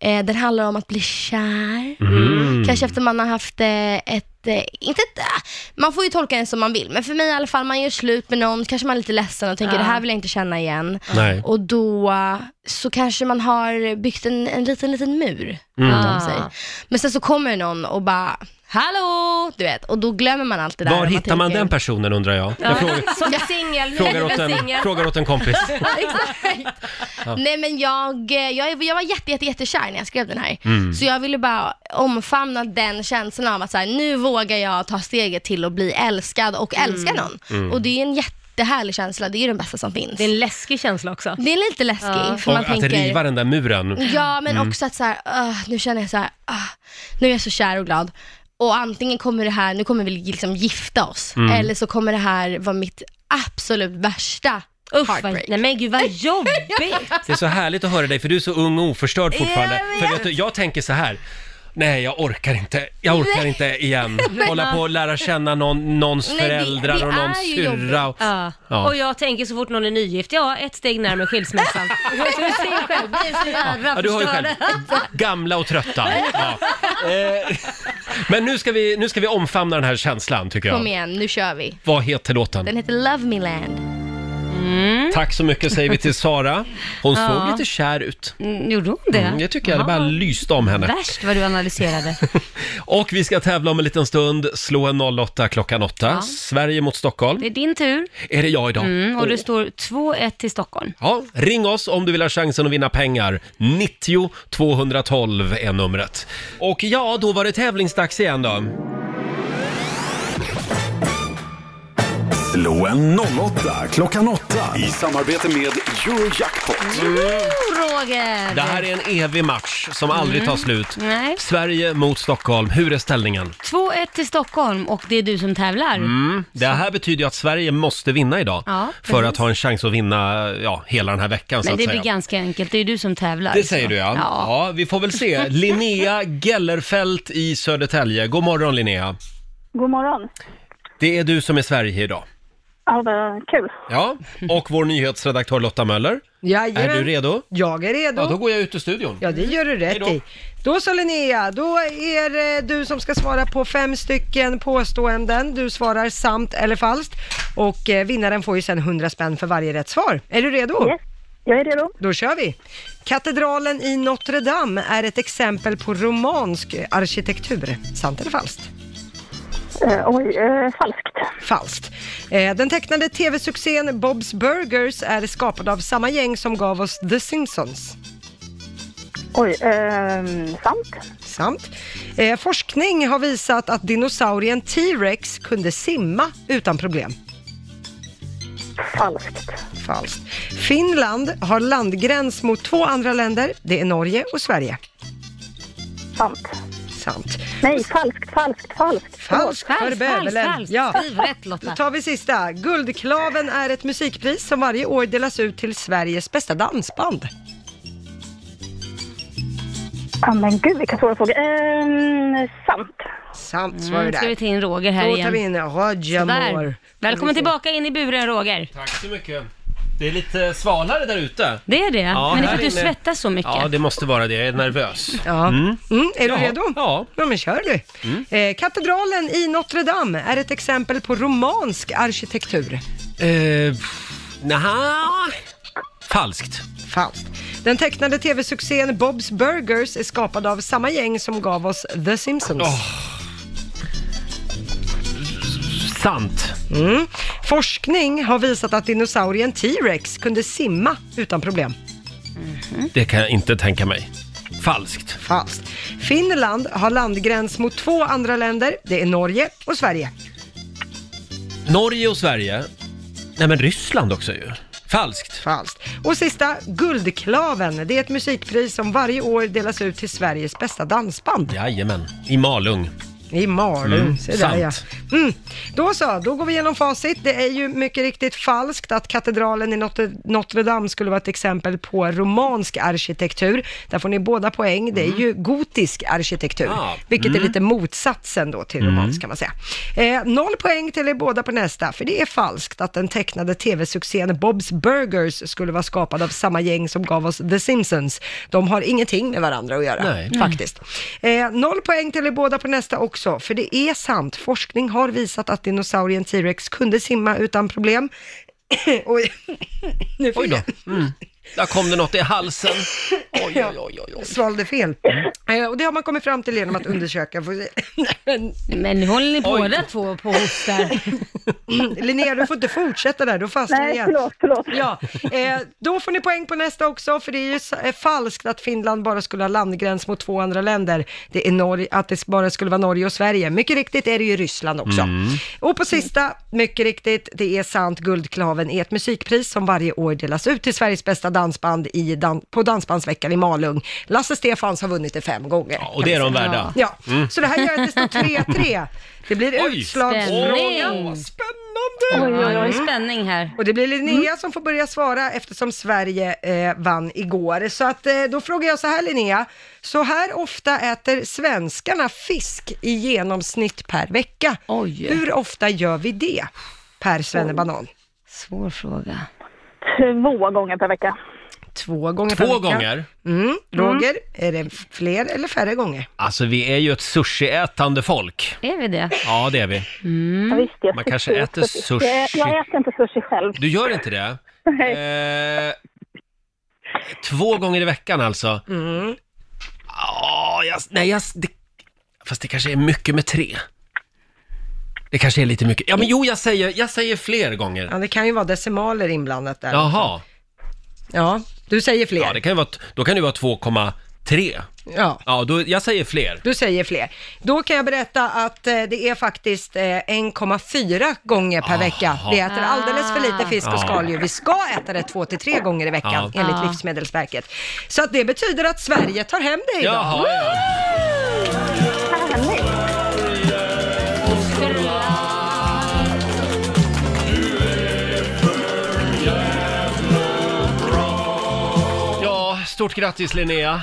[SPEAKER 5] Eh, den handlar om att bli kär.
[SPEAKER 1] Mm.
[SPEAKER 5] Kanske efter man har haft eh, ett, eh, inte ett, ah, man får ju tolka den som man vill, men för mig i alla fall, man gör slut med någon, så kanske man är lite ledsen och tänker det här vill jag inte känna igen.
[SPEAKER 1] Nej.
[SPEAKER 5] Och då eh, så kanske man har byggt en, en liten, liten mur
[SPEAKER 1] Mm.
[SPEAKER 5] runt om sig.
[SPEAKER 4] Ah.
[SPEAKER 5] Men sen så kommer någon och bara, hallå, du vet, och då glömmer man allt det där.
[SPEAKER 1] Var
[SPEAKER 5] och
[SPEAKER 1] hittar man
[SPEAKER 5] tänker-
[SPEAKER 1] den personen undrar jag. Jag frågar,
[SPEAKER 10] Som singel, nu
[SPEAKER 1] frågar,
[SPEAKER 10] är
[SPEAKER 1] åt
[SPEAKER 10] du väl
[SPEAKER 1] en,
[SPEAKER 10] singel.
[SPEAKER 1] frågar åt en kompis.
[SPEAKER 5] Exakt. Nej men jag, eh, jag, jag var jätte, jätte, jättekär när jag skrev den här.
[SPEAKER 1] Mm.
[SPEAKER 5] Så jag ville bara omfamna den känslan av att så här, nu vågar jag ta steget till att bli älskad och
[SPEAKER 10] Mm.
[SPEAKER 5] älska någon.
[SPEAKER 1] Mm.
[SPEAKER 5] Och det är en jättehärlig känsla, det är ju den bästa som finns.
[SPEAKER 10] Det är en läskig känsla också.
[SPEAKER 5] Det är lite läskig,
[SPEAKER 1] Och
[SPEAKER 5] för man
[SPEAKER 1] att
[SPEAKER 5] tänker...
[SPEAKER 1] riva Mm. den där muren.
[SPEAKER 5] Ja, men också att så här, "Ugh, nu känner jag så här, "Ah, nu är jag så kär och glad. Och antingen kommer det här, nu kommer vi liksom gifta oss,
[SPEAKER 1] Mm.
[SPEAKER 5] eller så kommer det här vara mitt absolut värsta
[SPEAKER 10] Uff, vad,
[SPEAKER 5] heartbreak.
[SPEAKER 10] nej men gud vad jobbigt!
[SPEAKER 1] Det är så härligt att höra dig för du är så ung och oförstörd fortfarande. För vet du, jag tänker så här. Nej, jag orkar inte. Jag orkar inte igen. Hålla på och lära känna någon, någons
[SPEAKER 5] Nej, det-
[SPEAKER 1] föräldrar
[SPEAKER 5] det
[SPEAKER 1] och någons
[SPEAKER 5] är ju
[SPEAKER 1] syrra. och-
[SPEAKER 10] Ja.
[SPEAKER 1] Ja.
[SPEAKER 10] Och jag tänker så fort någon är nygift, ja ett steg närmare skilsmässan. Du ser själv, vi är så jävla
[SPEAKER 1] Ja, du har ju själv.
[SPEAKER 10] förstörda.
[SPEAKER 1] Gamla och trötta. Ja. Eh, Men nu ska, vi, nu ska vi omfamna den här känslan tycker
[SPEAKER 5] Kom
[SPEAKER 1] jag.
[SPEAKER 5] igen, nu kör vi.
[SPEAKER 1] Vad heter låten?
[SPEAKER 5] Den heter Love Me Land.
[SPEAKER 1] Tack så mycket säger vi till Sara. Hon såg lite kär ut.
[SPEAKER 4] Mm, Gjorde hon det?
[SPEAKER 1] Mm, det tycker jag, det bara lyste om henne.
[SPEAKER 4] Värst vad du analyserade.
[SPEAKER 1] Och vi ska tävla om en liten stund. Slå en 08 klockan 8. Sverige mot Stockholm.
[SPEAKER 4] Det är din tur
[SPEAKER 1] Är det jag idag?
[SPEAKER 4] mm, och det står 2-1 till Stockholm.
[SPEAKER 1] Ja, ring oss om du vill ha chansen att vinna pengar. 90 212 är numret. Och ja, då var det tävlingsdags igen då.
[SPEAKER 3] Slå en 08 klockan 8 i samarbete med Eurojackpot.
[SPEAKER 4] Roger!
[SPEAKER 1] Det här är en evig match som aldrig tar slut.
[SPEAKER 4] Nej.
[SPEAKER 1] Sverige mot Stockholm. Hur är ställningen?
[SPEAKER 4] 2-1 till Stockholm och det är du som tävlar.
[SPEAKER 1] Det här betyder ju att Sverige måste vinna idag
[SPEAKER 4] Ja,
[SPEAKER 1] för
[SPEAKER 4] precis.
[SPEAKER 1] att ha en chans att vinna ja, hela den här veckan så
[SPEAKER 4] Men
[SPEAKER 1] att
[SPEAKER 4] det
[SPEAKER 1] säga.
[SPEAKER 4] blir ganska enkelt, det är ju du som tävlar.
[SPEAKER 1] Det säger du ja.
[SPEAKER 4] Ja.
[SPEAKER 1] ja. Vi får väl se. Linnea Gellerfelt i Södertälje. God morgon Linnea.
[SPEAKER 9] God morgon.
[SPEAKER 1] Det är du som är Sverige idag.
[SPEAKER 9] Ja, vad Eh, kul.
[SPEAKER 1] Ja, och vår nyhetsredaktör Lotta Möller. Är
[SPEAKER 2] Jajamän.
[SPEAKER 1] du redo?
[SPEAKER 2] Jag är redo.
[SPEAKER 1] Ja, då
[SPEAKER 2] Ja,
[SPEAKER 1] går jag ut ur studion.
[SPEAKER 2] det gör du rätt
[SPEAKER 1] Hejdå.
[SPEAKER 2] i. Då så Linnea, då är det du som ska svara på fem stycken påståenden. Du svarar sant eller falskt och eh, vinnaren får ju sen 100 spänn för varje rätt svar. Är du redo?
[SPEAKER 9] Yes. Jag är redo.
[SPEAKER 2] Då kör vi! Katedralen i Notre Dame är ett exempel på romansk arkitektur. Sant eller falskt?
[SPEAKER 9] Eh, oj, eh, falskt.
[SPEAKER 2] Falskt. Eh, Den tecknade tv-succén Bob's Burgers är skapad av samma gäng som gav oss The Simpsons.
[SPEAKER 9] Oj, ehm, sant.
[SPEAKER 2] Sant. Eh, Forskning har visat att dinosaurien T-Rex kunde simma utan problem.
[SPEAKER 9] Falskt.
[SPEAKER 2] Falskt. Finland har landgräns mot två andra länder. Det är Norge och Sverige.
[SPEAKER 9] Sant.
[SPEAKER 2] Sant.
[SPEAKER 9] Nej, falskt, falskt, falskt.
[SPEAKER 2] Falskt för
[SPEAKER 4] Falskt, falskt,
[SPEAKER 2] bövelen.
[SPEAKER 4] falskt.
[SPEAKER 2] Ja.
[SPEAKER 4] Skriv rätt
[SPEAKER 2] Då
[SPEAKER 4] Lotta.
[SPEAKER 2] tar vi sista. Guldklaven är ett musikpris som varje år delas ut till Sveriges bästa dansband.
[SPEAKER 9] Ja, men gud vilka svåra frågor. Ehm, sant.
[SPEAKER 2] Sant svar
[SPEAKER 4] Mm,
[SPEAKER 2] är
[SPEAKER 4] nu ska vi
[SPEAKER 2] där.
[SPEAKER 4] ta in Roger här
[SPEAKER 2] Då
[SPEAKER 4] igen.
[SPEAKER 2] tar vi in Roger Moore.
[SPEAKER 4] Där. Välkommen tillbaka in i buren Roger.
[SPEAKER 1] Tack så mycket. Det är lite svalare där ute.
[SPEAKER 4] Det är det?
[SPEAKER 1] Ja,
[SPEAKER 4] Men det är för
[SPEAKER 1] här
[SPEAKER 4] att du
[SPEAKER 1] inne.
[SPEAKER 4] svettas så mycket.
[SPEAKER 1] Ja, det måste vara det. Jag är nervös.
[SPEAKER 2] Ja. Mm. är du
[SPEAKER 1] Ja,
[SPEAKER 2] redo?
[SPEAKER 1] ja. Mm.
[SPEAKER 2] ja, men kör du. Eh, katedralen i Notre Dame är ett exempel på romansk arkitektur.
[SPEAKER 1] Eh, pff, naha. Falskt.
[SPEAKER 2] Falskt. Den tecknade tv-succén Bob's Burgers är skapad av samma gäng som gav oss The Simpsons.
[SPEAKER 1] Åh. Sant.
[SPEAKER 2] Mm. Forskning har visat att dinosaurien T-rex kunde simma utan problem.
[SPEAKER 1] Det kan jag inte tänka mig. Falskt.
[SPEAKER 2] Falskt. Finland har landgräns mot två andra länder. Det är Norge och Sverige.
[SPEAKER 1] Norge och Sverige. Nej men Ryssland också ju. Falskt.
[SPEAKER 2] Falskt. Och sista, Guldklaven. Det är ett musikpris som varje år delas ut till Sveriges bästa dansband.
[SPEAKER 1] Jajamän. I Malung.
[SPEAKER 2] I Malung,
[SPEAKER 1] Mm,
[SPEAKER 2] se där ja.
[SPEAKER 1] sant.
[SPEAKER 2] Mm. Då så, då går vi igenom facit. Det är ju mycket riktigt falskt att katedralen i Notre, Notre Dame skulle vara ett exempel på romansk arkitektur. Där får ni båda poäng. Det är ju gotisk arkitektur,
[SPEAKER 11] Ah,
[SPEAKER 2] vilket
[SPEAKER 11] mm.
[SPEAKER 2] är lite motsatsen då till
[SPEAKER 11] Mm.
[SPEAKER 2] romansk kan man säga. Eh, noll poäng till er båda på nästa, för det är falskt att den tecknade tv-succén Bob's Burgers skulle vara skapad av samma gäng som gav oss The Simpsons. De har ingenting med varandra att göra,
[SPEAKER 11] Nej.
[SPEAKER 2] Mm. faktiskt. Eh, noll poäng till er båda på nästa också, för det är sant. Forskning har visat att dinosaurien T-Rex kunde simma utan problem. Oj, nu fick
[SPEAKER 1] Oj då. Mm. Där kom det något i halsen. Oj, oj, oj, oj.
[SPEAKER 2] jag svalde fel. Eh, och det har man kommit fram till genom att undersöka. Får se.
[SPEAKER 4] Men nu håller ni
[SPEAKER 2] Oj.
[SPEAKER 4] båda två på och hostar.
[SPEAKER 2] Mm, Linnea, du får inte fortsätta där, då fastnar
[SPEAKER 4] Nej,
[SPEAKER 2] jag igen.
[SPEAKER 4] förlåt, förlåt.
[SPEAKER 2] Ja, eh, då får ni poäng på nästa också, för det är ju s- eh, falskt att Finland bara skulle ha landgräns mot två andra länder. Det är Norge, att det bara skulle vara Norge och Sverige. Mycket riktigt är det ju Ryssland också.
[SPEAKER 11] Mm.
[SPEAKER 2] Och på sista, mycket riktigt, det är sant, Guldklaven är ett musikpris som varje år delas ut till Sveriges bästa dansband i dan- på Dansbandsveckan i Malung. Lasse Stefans har vunnit det fem gånger.
[SPEAKER 1] och det är de värda.
[SPEAKER 2] Ja,
[SPEAKER 1] Mm.
[SPEAKER 2] så det här gör att det står 3-3. Det blir utslagsfråga.
[SPEAKER 4] Spänning. Oj, oj, oj, spänning här.
[SPEAKER 2] Och det blir Linnea
[SPEAKER 1] Mm.
[SPEAKER 2] som får börja svara eftersom Sverige eh, vann igår. Så att, eh, då frågar jag så här Linnea, så här ofta äter svenskarna fisk i genomsnitt per vecka. Hur ofta gör vi det per svennebanan?
[SPEAKER 4] Svår fråga.
[SPEAKER 9] Två gånger per vecka.
[SPEAKER 2] Två gånger per
[SPEAKER 1] Två
[SPEAKER 2] vecka.
[SPEAKER 1] gånger.
[SPEAKER 2] Mm. Roger, är det fler eller färre gånger?
[SPEAKER 1] Alltså vi är ju ett sushiätande folk.
[SPEAKER 4] Är vi det?
[SPEAKER 1] Ja, det är vi.
[SPEAKER 9] Ja, visst, jag
[SPEAKER 1] Man
[SPEAKER 9] tycker
[SPEAKER 1] kanske äter
[SPEAKER 9] också fisk.
[SPEAKER 1] sushi.
[SPEAKER 9] Jag, jag äter inte sushi själv.
[SPEAKER 1] Du gör inte det? Eh, två gånger i veckan alltså?
[SPEAKER 2] Mm.
[SPEAKER 1] Ja, jag, nej, jag, det, fast det kanske är mycket med tre. Det kanske är lite mycket. Ja, men jo, jag säger, jag säger fler gånger.
[SPEAKER 2] Ja, det kan ju vara decimaler inblandat där.
[SPEAKER 1] Jaha.
[SPEAKER 2] Ja, du säger fler.
[SPEAKER 1] Ja, det kan ju vara, t- då kan det vara 2,3.
[SPEAKER 2] Ja.
[SPEAKER 1] Ja, då, jag säger fler.
[SPEAKER 2] Du säger fler. Då kan jag berätta att eh, det är faktiskt eh, 1,4 gånger per vecka. Vi äter alldeles för lite fisk
[SPEAKER 11] Ah.
[SPEAKER 2] och skaldjur. Vi ska äta det 2-3 gånger i veckan
[SPEAKER 11] Ja.
[SPEAKER 2] enligt
[SPEAKER 11] Ah.
[SPEAKER 2] Livsmedelsverket. Så att det betyder att Sverige tar hem det idag.
[SPEAKER 11] Jaha, ja.
[SPEAKER 1] Ja, stort grattis Linnea.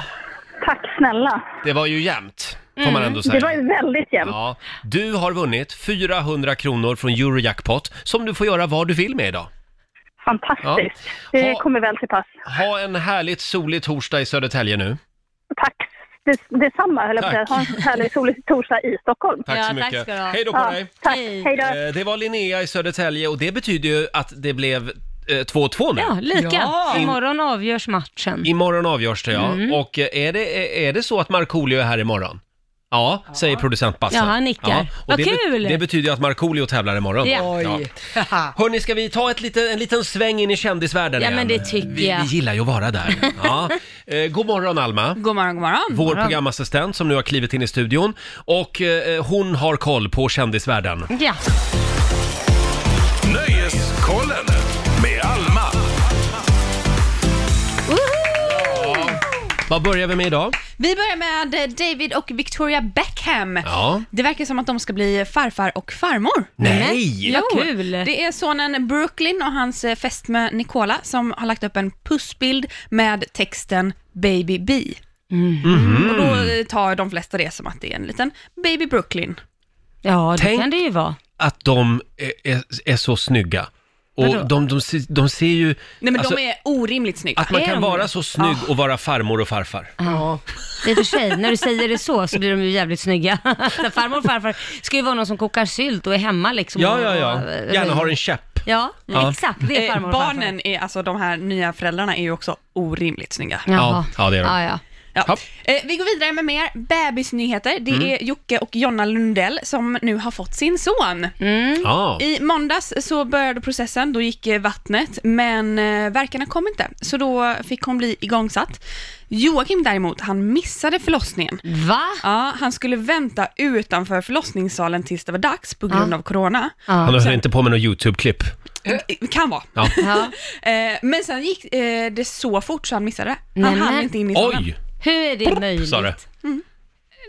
[SPEAKER 9] Tack snälla. Mm.
[SPEAKER 1] Det var ju jämnt, får man ändå säga.
[SPEAKER 9] Det var ju väldigt jämnt.
[SPEAKER 1] Ja, du har vunnit 400 kronor från Eurojackpot som du får göra vad du vill med idag.
[SPEAKER 9] Fantastiskt. Det
[SPEAKER 1] Ha-
[SPEAKER 9] kommer väl till pass.
[SPEAKER 1] Ha en härligt solig torsdag i Södertälje nu.
[SPEAKER 9] Det, detsamma höll jag på
[SPEAKER 1] Tack.
[SPEAKER 9] att säga. Ha en härlig solig torsdag i Stockholm.
[SPEAKER 1] Tack så mycket. Hej då på dig.
[SPEAKER 9] Tack. Hej då.
[SPEAKER 1] Eh, Det var Linnea i Södertälje och det betyder ju att det blev eh, 2-2 nu.
[SPEAKER 4] Ja, lika.
[SPEAKER 1] Ja.
[SPEAKER 4] Imorgon avgörs matchen.
[SPEAKER 1] Imorgon avgörs det ja.
[SPEAKER 4] Mm.
[SPEAKER 1] Och eh, är det, är det så att Markoolio är här imorgon? Ja, säger producent Basse.
[SPEAKER 4] Ja, han nickar.
[SPEAKER 1] och
[SPEAKER 4] Vad
[SPEAKER 1] det be-
[SPEAKER 4] kul!
[SPEAKER 1] Det betyder ju att Markoolio tävlar imorgon.
[SPEAKER 4] Ja.
[SPEAKER 1] Hörni, ska vi ta ett lite, en liten sväng in i kändisvärlden
[SPEAKER 12] Ja,
[SPEAKER 1] igen?
[SPEAKER 12] men det tycker
[SPEAKER 1] vi,
[SPEAKER 12] jag.
[SPEAKER 1] Vi gillar ju att vara där. Ja. Eh, god morgon Alma.
[SPEAKER 12] God morgon, god morgon.
[SPEAKER 1] Vår programassistent som nu har klivit in i studion. Och eh, hon har koll på kändisvärlden.
[SPEAKER 4] Ja.
[SPEAKER 3] Nöjeskollen med Alma.
[SPEAKER 1] Vad börjar vi med idag?
[SPEAKER 12] Vi börjar med eh, David och Victoria Beckham.
[SPEAKER 1] Ja.
[SPEAKER 12] Det verkar som att de ska bli farfar och farmor.
[SPEAKER 1] Nej!
[SPEAKER 12] Jo,
[SPEAKER 1] Vad
[SPEAKER 4] kul.
[SPEAKER 12] Det är sonen Brooklyn och hans eh, fästmö Nicola som har lagt upp en pussbild med texten Baby B. Och då eh, tar de flesta det som att det är en liten Baby Brooklyn.
[SPEAKER 4] Ja,
[SPEAKER 1] Tänk-
[SPEAKER 4] det ju vara.
[SPEAKER 1] Att de är, är, är så snygga.
[SPEAKER 12] Vadå?
[SPEAKER 1] Och de, de, ser- de ser ju...
[SPEAKER 12] Nej men
[SPEAKER 1] alltså,
[SPEAKER 12] de är orimligt snygga.
[SPEAKER 1] Att man
[SPEAKER 12] Är
[SPEAKER 1] kan
[SPEAKER 12] de
[SPEAKER 1] vara
[SPEAKER 12] det? Ah.
[SPEAKER 1] så snygg och vara farmor och farfar.
[SPEAKER 4] Ja. I och för sig, när du säger det så, så blir de ju jävligt snygga. Så farmor och farfar ska ju vara någon som kokar sylt och är hemma liksom.
[SPEAKER 1] Ja, ja,
[SPEAKER 12] Ah,
[SPEAKER 4] Och,
[SPEAKER 1] ja.
[SPEAKER 4] eh,
[SPEAKER 1] Gärna har en käpp.
[SPEAKER 4] Ja,
[SPEAKER 1] Ja.
[SPEAKER 4] exakt. Det är
[SPEAKER 12] Eh,
[SPEAKER 4] farmor och farfar.
[SPEAKER 12] Barnen är, alltså de här nya föräldrarna är ju också orimligt snygga.
[SPEAKER 4] Jaha.
[SPEAKER 1] Ja, ja, det är de.
[SPEAKER 4] Ja, ja.
[SPEAKER 1] Ja.
[SPEAKER 8] Eh, vi går vidare med mer bebisnyheter. Det
[SPEAKER 1] Mm.
[SPEAKER 8] är Jocke och Jonna Lundell som nu har fått sin son.
[SPEAKER 12] Mm.
[SPEAKER 1] Ah.
[SPEAKER 8] I måndags så började processen, då gick eh, vattnet, men eh, verkarna kom inte, så då fick hon bli igångsatt. Joakim däremot, han missade förlossningen.
[SPEAKER 4] Va?
[SPEAKER 8] Ja, han skulle vänta utanför förlossningssalen tills det var dags på grund
[SPEAKER 1] Ja.
[SPEAKER 8] av corona.
[SPEAKER 1] Han höll
[SPEAKER 8] Sen-
[SPEAKER 1] inte på med något YouTube-klipp.
[SPEAKER 8] Eh, Kan vara.
[SPEAKER 1] Ja.
[SPEAKER 8] Eh, Men sen gick eh, det så fort så han missade det. Han
[SPEAKER 4] Nej,
[SPEAKER 8] hann
[SPEAKER 4] men-
[SPEAKER 8] inte in i salen.
[SPEAKER 1] Oj!
[SPEAKER 4] Hur är det möjligt?
[SPEAKER 1] Sa det.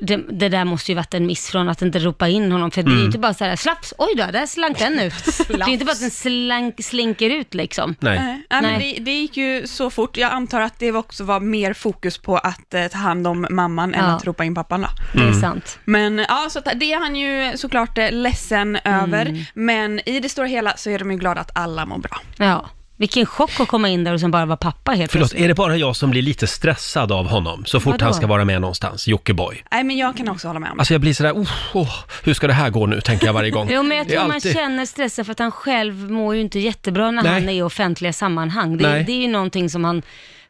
[SPEAKER 4] Det, det där måste ju varit en miss från att inte ropa in honom, för det är
[SPEAKER 1] Mm.
[SPEAKER 4] ju inte bara så här, slaps, oj då, där slank den ut. det är ju inte bara att den slank, slinker ut liksom.
[SPEAKER 1] Nej.
[SPEAKER 8] Nej, men det, det gick ju så fort. Jag antar att det också var mer fokus på att eh, ta hand om mamman än
[SPEAKER 4] Ja.
[SPEAKER 8] att ropa in pappan då.
[SPEAKER 4] Det är Mm. sant.
[SPEAKER 8] Men ja, så att det är han ju såklart eh, ledsen
[SPEAKER 4] Mm.
[SPEAKER 8] över. Men i det stora hela så är de ju glada att alla mår bra.
[SPEAKER 4] Ja, vilken chock att komma in där och sen bara vara pappa helt
[SPEAKER 1] Förlåt,
[SPEAKER 4] plötsligt.
[SPEAKER 1] är det bara jag som blir lite stressad av honom så fort
[SPEAKER 4] Vadå?
[SPEAKER 1] han ska vara med någonstans? Jockiboi.
[SPEAKER 8] Nej, men jag kan också hålla med om det.
[SPEAKER 1] Alltså jag blir sådär, oh, oh, hur ska det här gå nu, tänker jag varje gång.
[SPEAKER 4] Jo, men jag
[SPEAKER 1] Det är
[SPEAKER 4] tror man
[SPEAKER 1] alltid-
[SPEAKER 4] känner stressen för att han själv mår ju inte jättebra när
[SPEAKER 1] Nej.
[SPEAKER 4] han är i offentliga sammanhang. Det,
[SPEAKER 1] Nej.
[SPEAKER 4] det är ju någonting som han,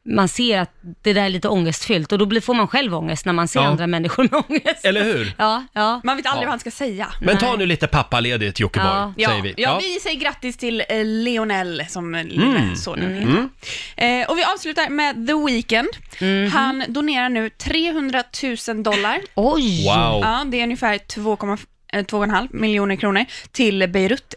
[SPEAKER 4] man ser att det där är lite ångestfyllt och då blir, får man själv ångest när man ser
[SPEAKER 1] Ja.
[SPEAKER 4] andra människor med ångest.
[SPEAKER 1] Eller hur?
[SPEAKER 4] Ja, ja.
[SPEAKER 8] Man vet aldrig
[SPEAKER 1] Ja.
[SPEAKER 8] vad han ska säga.
[SPEAKER 1] Men ta nu lite pappaledigt Jockiboi,
[SPEAKER 8] ja.
[SPEAKER 1] säger vi.
[SPEAKER 8] Ja. vi säger grattis till eh, Lionel som eh, lilla
[SPEAKER 1] Mm.
[SPEAKER 8] sonen heter.
[SPEAKER 1] Mm.
[SPEAKER 8] Eh, och vi avslutar med The Weeknd.
[SPEAKER 1] Mhm.
[SPEAKER 8] Han donerar nu 300 000 dollar.
[SPEAKER 4] Oj!
[SPEAKER 1] Wow.
[SPEAKER 8] Ja, det är ungefär 2,5 eh, 2,5 miljoner kronor till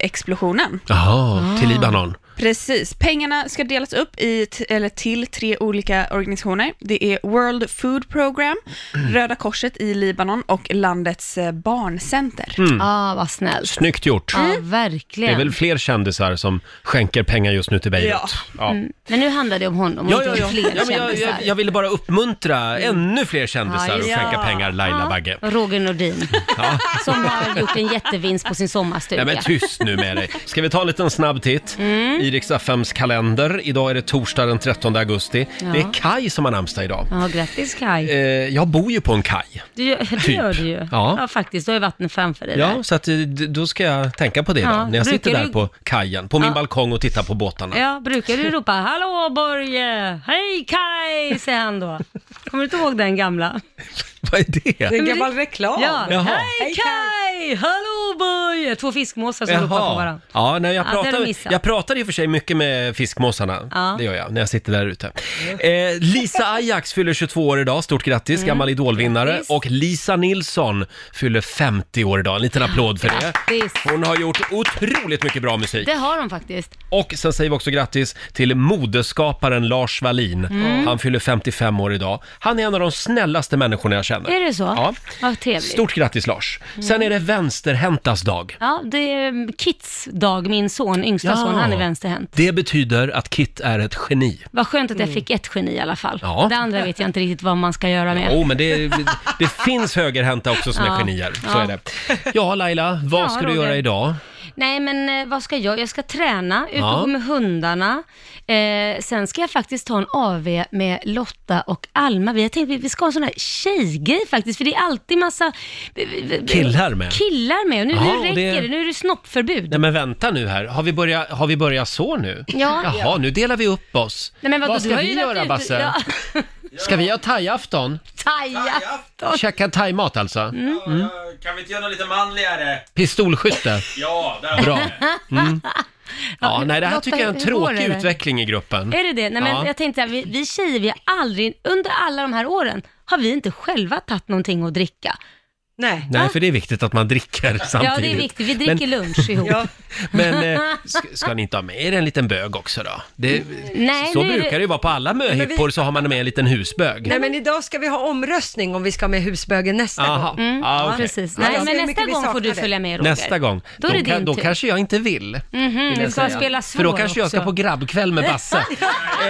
[SPEAKER 8] Beirut-explosionen.
[SPEAKER 1] Jaha,
[SPEAKER 4] Ah.
[SPEAKER 1] till Libanon.
[SPEAKER 8] Precis. Pengarna ska delas upp i, t- eller till tre olika organisationer. Det är World Food Program,
[SPEAKER 1] Mm.
[SPEAKER 8] Röda Korset i Libanon och landets eh, barncenter.
[SPEAKER 1] Mm.
[SPEAKER 4] Ja, Ah, vad snällt.
[SPEAKER 1] Snyggt gjort.
[SPEAKER 4] Ja,
[SPEAKER 1] Det
[SPEAKER 4] verkligen.
[SPEAKER 1] är väl fler kändisar som skänker pengar just nu till Beirut.
[SPEAKER 4] Ja. Mm. Men nu handlar det om honom och
[SPEAKER 1] Ja,
[SPEAKER 4] inte
[SPEAKER 1] ja,
[SPEAKER 4] om
[SPEAKER 1] ja.
[SPEAKER 4] fler
[SPEAKER 1] ja men jag,
[SPEAKER 4] kändisar.
[SPEAKER 1] jag, jag ville bara uppmuntra ännu fler kändisar
[SPEAKER 4] Ja,
[SPEAKER 1] att
[SPEAKER 4] just
[SPEAKER 1] skänka
[SPEAKER 4] det.
[SPEAKER 1] pengar, Laila
[SPEAKER 4] Ja.
[SPEAKER 1] Bagge.
[SPEAKER 4] Och Roger Nordin,
[SPEAKER 1] Ja.
[SPEAKER 4] som har gjort en jättevinst på sin sommarstuga.
[SPEAKER 1] Nej men tyst nu med dig. Ska vi ta en liten snabb titt
[SPEAKER 4] Mm.
[SPEAKER 1] i riks kalender. Idag är det torsdag den 13 augusti.
[SPEAKER 4] Ja.
[SPEAKER 1] Det är Kai som har namnsdag idag.
[SPEAKER 4] Ja, grattis Kaj.
[SPEAKER 1] Eh, jag bor ju på en kaj.
[SPEAKER 4] Du, gör- det
[SPEAKER 1] typ.
[SPEAKER 4] gör du ju.
[SPEAKER 1] Ja.
[SPEAKER 4] Ja. faktiskt. Du har ju vattnet framför dig
[SPEAKER 1] Ja,
[SPEAKER 4] där.
[SPEAKER 1] så att, eh, d- då ska jag tänka på det idag.
[SPEAKER 4] Ja,
[SPEAKER 1] När jag sitter
[SPEAKER 4] brukar
[SPEAKER 1] där
[SPEAKER 4] du-
[SPEAKER 1] på kajen, på min
[SPEAKER 4] Ja.
[SPEAKER 1] balkong och tittar på båtarna.
[SPEAKER 4] Ja, brukar du ropa ”Hallå Börje! Hej Kaj!” säger han då. Kommer du inte ihåg den gamla?
[SPEAKER 1] Vad är det?
[SPEAKER 2] Det är en gammal reklam.
[SPEAKER 4] Ja,
[SPEAKER 1] Jaha.
[SPEAKER 4] ”Hej Kaj! Hallå Börje!” Två fiskmåsar som ropar på varandra.
[SPEAKER 1] Ja, nej, jag,
[SPEAKER 4] Ja, det har du
[SPEAKER 1] pratar,
[SPEAKER 4] missat.
[SPEAKER 1] jag pratar i och för sig mycket med fiskmåsarna.
[SPEAKER 4] Ja.
[SPEAKER 1] Det gör jag när jag sitter där ute. Eh, Lisa Ajax fyller 22 år idag. Stort grattis,
[SPEAKER 4] Mm.
[SPEAKER 1] gammal idolvinnare.
[SPEAKER 4] Grattis.
[SPEAKER 1] Och Lisa Nilsson fyller 50 år idag. En liten applåd för det.
[SPEAKER 4] Grattis!
[SPEAKER 1] Hon har gjort otroligt mycket bra musik.
[SPEAKER 4] Det har de faktiskt.
[SPEAKER 1] Och sen säger vi också grattis till modeskaparen Lars Wallin.
[SPEAKER 4] Mm.
[SPEAKER 1] Han fyller 55 år idag. Han är en av de snällaste människorna jag känner.
[SPEAKER 4] Är det så?
[SPEAKER 1] Ja.
[SPEAKER 4] Vad trevligt. Mm.
[SPEAKER 1] Stort grattis Lars. Sen är det vänsterhäntas dag.
[SPEAKER 4] Ja, det är mm, Kits dag, min son, yngsta
[SPEAKER 1] Ja.
[SPEAKER 4] son, han är vänsterhänt.
[SPEAKER 1] Det betyder att Kit är ett geni.
[SPEAKER 4] Vad skönt att jag fick ett geni i alla fall.
[SPEAKER 1] Mm. Ja.
[SPEAKER 4] Det andra vet jag inte riktigt vad man ska göra med.
[SPEAKER 1] Jo, men det, det finns högerhänta också som är
[SPEAKER 4] Ja.
[SPEAKER 1] genier. Så
[SPEAKER 4] Ja.
[SPEAKER 1] är det. Ja, Laila, vad
[SPEAKER 4] Ja,
[SPEAKER 1] ska du
[SPEAKER 4] Roger.
[SPEAKER 1] göra idag?
[SPEAKER 4] Nej, men eh, vad ska jag? Jag ska träna, ut och
[SPEAKER 1] Ja.
[SPEAKER 4] gå med hundarna. Eh, sen ska jag faktiskt ta en AV med Lotta och Alma. Vi har tänkt vi- vi ska ha en sån här tjejgrej faktiskt, för det är alltid massa... eh,
[SPEAKER 1] Killar med.
[SPEAKER 4] Killar med. Och Nu,
[SPEAKER 1] Jaha, och
[SPEAKER 4] nu räcker
[SPEAKER 1] det-
[SPEAKER 4] det... Nu är det snoppförbud.
[SPEAKER 1] Nej, men vänta nu här. Har vi börjat, har vi börjat så nu?
[SPEAKER 4] Ja.
[SPEAKER 1] Jaha, nu delar vi upp oss.
[SPEAKER 4] Nej, men vadå,
[SPEAKER 1] vad
[SPEAKER 4] du
[SPEAKER 1] ska
[SPEAKER 4] har
[SPEAKER 1] vi
[SPEAKER 4] ju varit
[SPEAKER 1] göra,
[SPEAKER 4] ute-
[SPEAKER 1] Basse?
[SPEAKER 4] Ja.
[SPEAKER 1] Ska vi ha thaiafton?
[SPEAKER 4] Thaiafton!
[SPEAKER 1] Käka thaimat alltså? Mm.
[SPEAKER 13] Kan vi inte göra något lite manligare?
[SPEAKER 1] Pistolskytte?
[SPEAKER 13] Ja, där
[SPEAKER 1] Bra. Mm. Ja, nej, det här
[SPEAKER 4] Lotta,
[SPEAKER 1] tycker jag är en
[SPEAKER 4] hur går
[SPEAKER 1] tråkig
[SPEAKER 4] det där?
[SPEAKER 1] utveckling i gruppen.
[SPEAKER 4] Är det det? Nej, men
[SPEAKER 1] Ja.
[SPEAKER 4] jag tänkte att vi, vi tjejer, vi har aldrig, under alla de här åren, har vi inte själva tagit någonting att dricka.
[SPEAKER 2] Nej.
[SPEAKER 1] Nej, för det är viktigt att man dricker samtidigt.
[SPEAKER 4] Ja, det är viktigt. Vi dricker
[SPEAKER 1] men,
[SPEAKER 4] lunch ihop.
[SPEAKER 1] Men eh, ska, ska ni inte ha med er en liten bög också då? Det,
[SPEAKER 2] Nej,
[SPEAKER 1] så
[SPEAKER 2] nu är
[SPEAKER 1] brukar det
[SPEAKER 2] det-
[SPEAKER 1] ju vara på alla möhippor
[SPEAKER 2] vi-
[SPEAKER 1] så har man med en liten husbög.
[SPEAKER 2] Nej men idag ska vi ha omröstning om vi ska med husbögen nästa
[SPEAKER 1] Aha.
[SPEAKER 2] gång.
[SPEAKER 1] Mm. Ah, okej.
[SPEAKER 4] Precis.
[SPEAKER 1] Ja,
[SPEAKER 4] Nej,
[SPEAKER 1] jag ser
[SPEAKER 4] men
[SPEAKER 2] hur mycket
[SPEAKER 4] nästa
[SPEAKER 2] vi
[SPEAKER 4] gång får
[SPEAKER 2] saknar
[SPEAKER 4] du
[SPEAKER 2] dig.
[SPEAKER 4] följa med Roger.
[SPEAKER 1] Nästa gång,
[SPEAKER 4] Då är det
[SPEAKER 1] kan,
[SPEAKER 4] din
[SPEAKER 1] då
[SPEAKER 4] tur.
[SPEAKER 1] kanske jag inte vill.
[SPEAKER 4] Mhm,
[SPEAKER 1] vill jag
[SPEAKER 4] vi ska
[SPEAKER 1] säga.
[SPEAKER 4] spela
[SPEAKER 1] För då
[SPEAKER 4] svår
[SPEAKER 1] kanske jag ska
[SPEAKER 4] också.
[SPEAKER 1] på grabbkväll med Basse. Eh,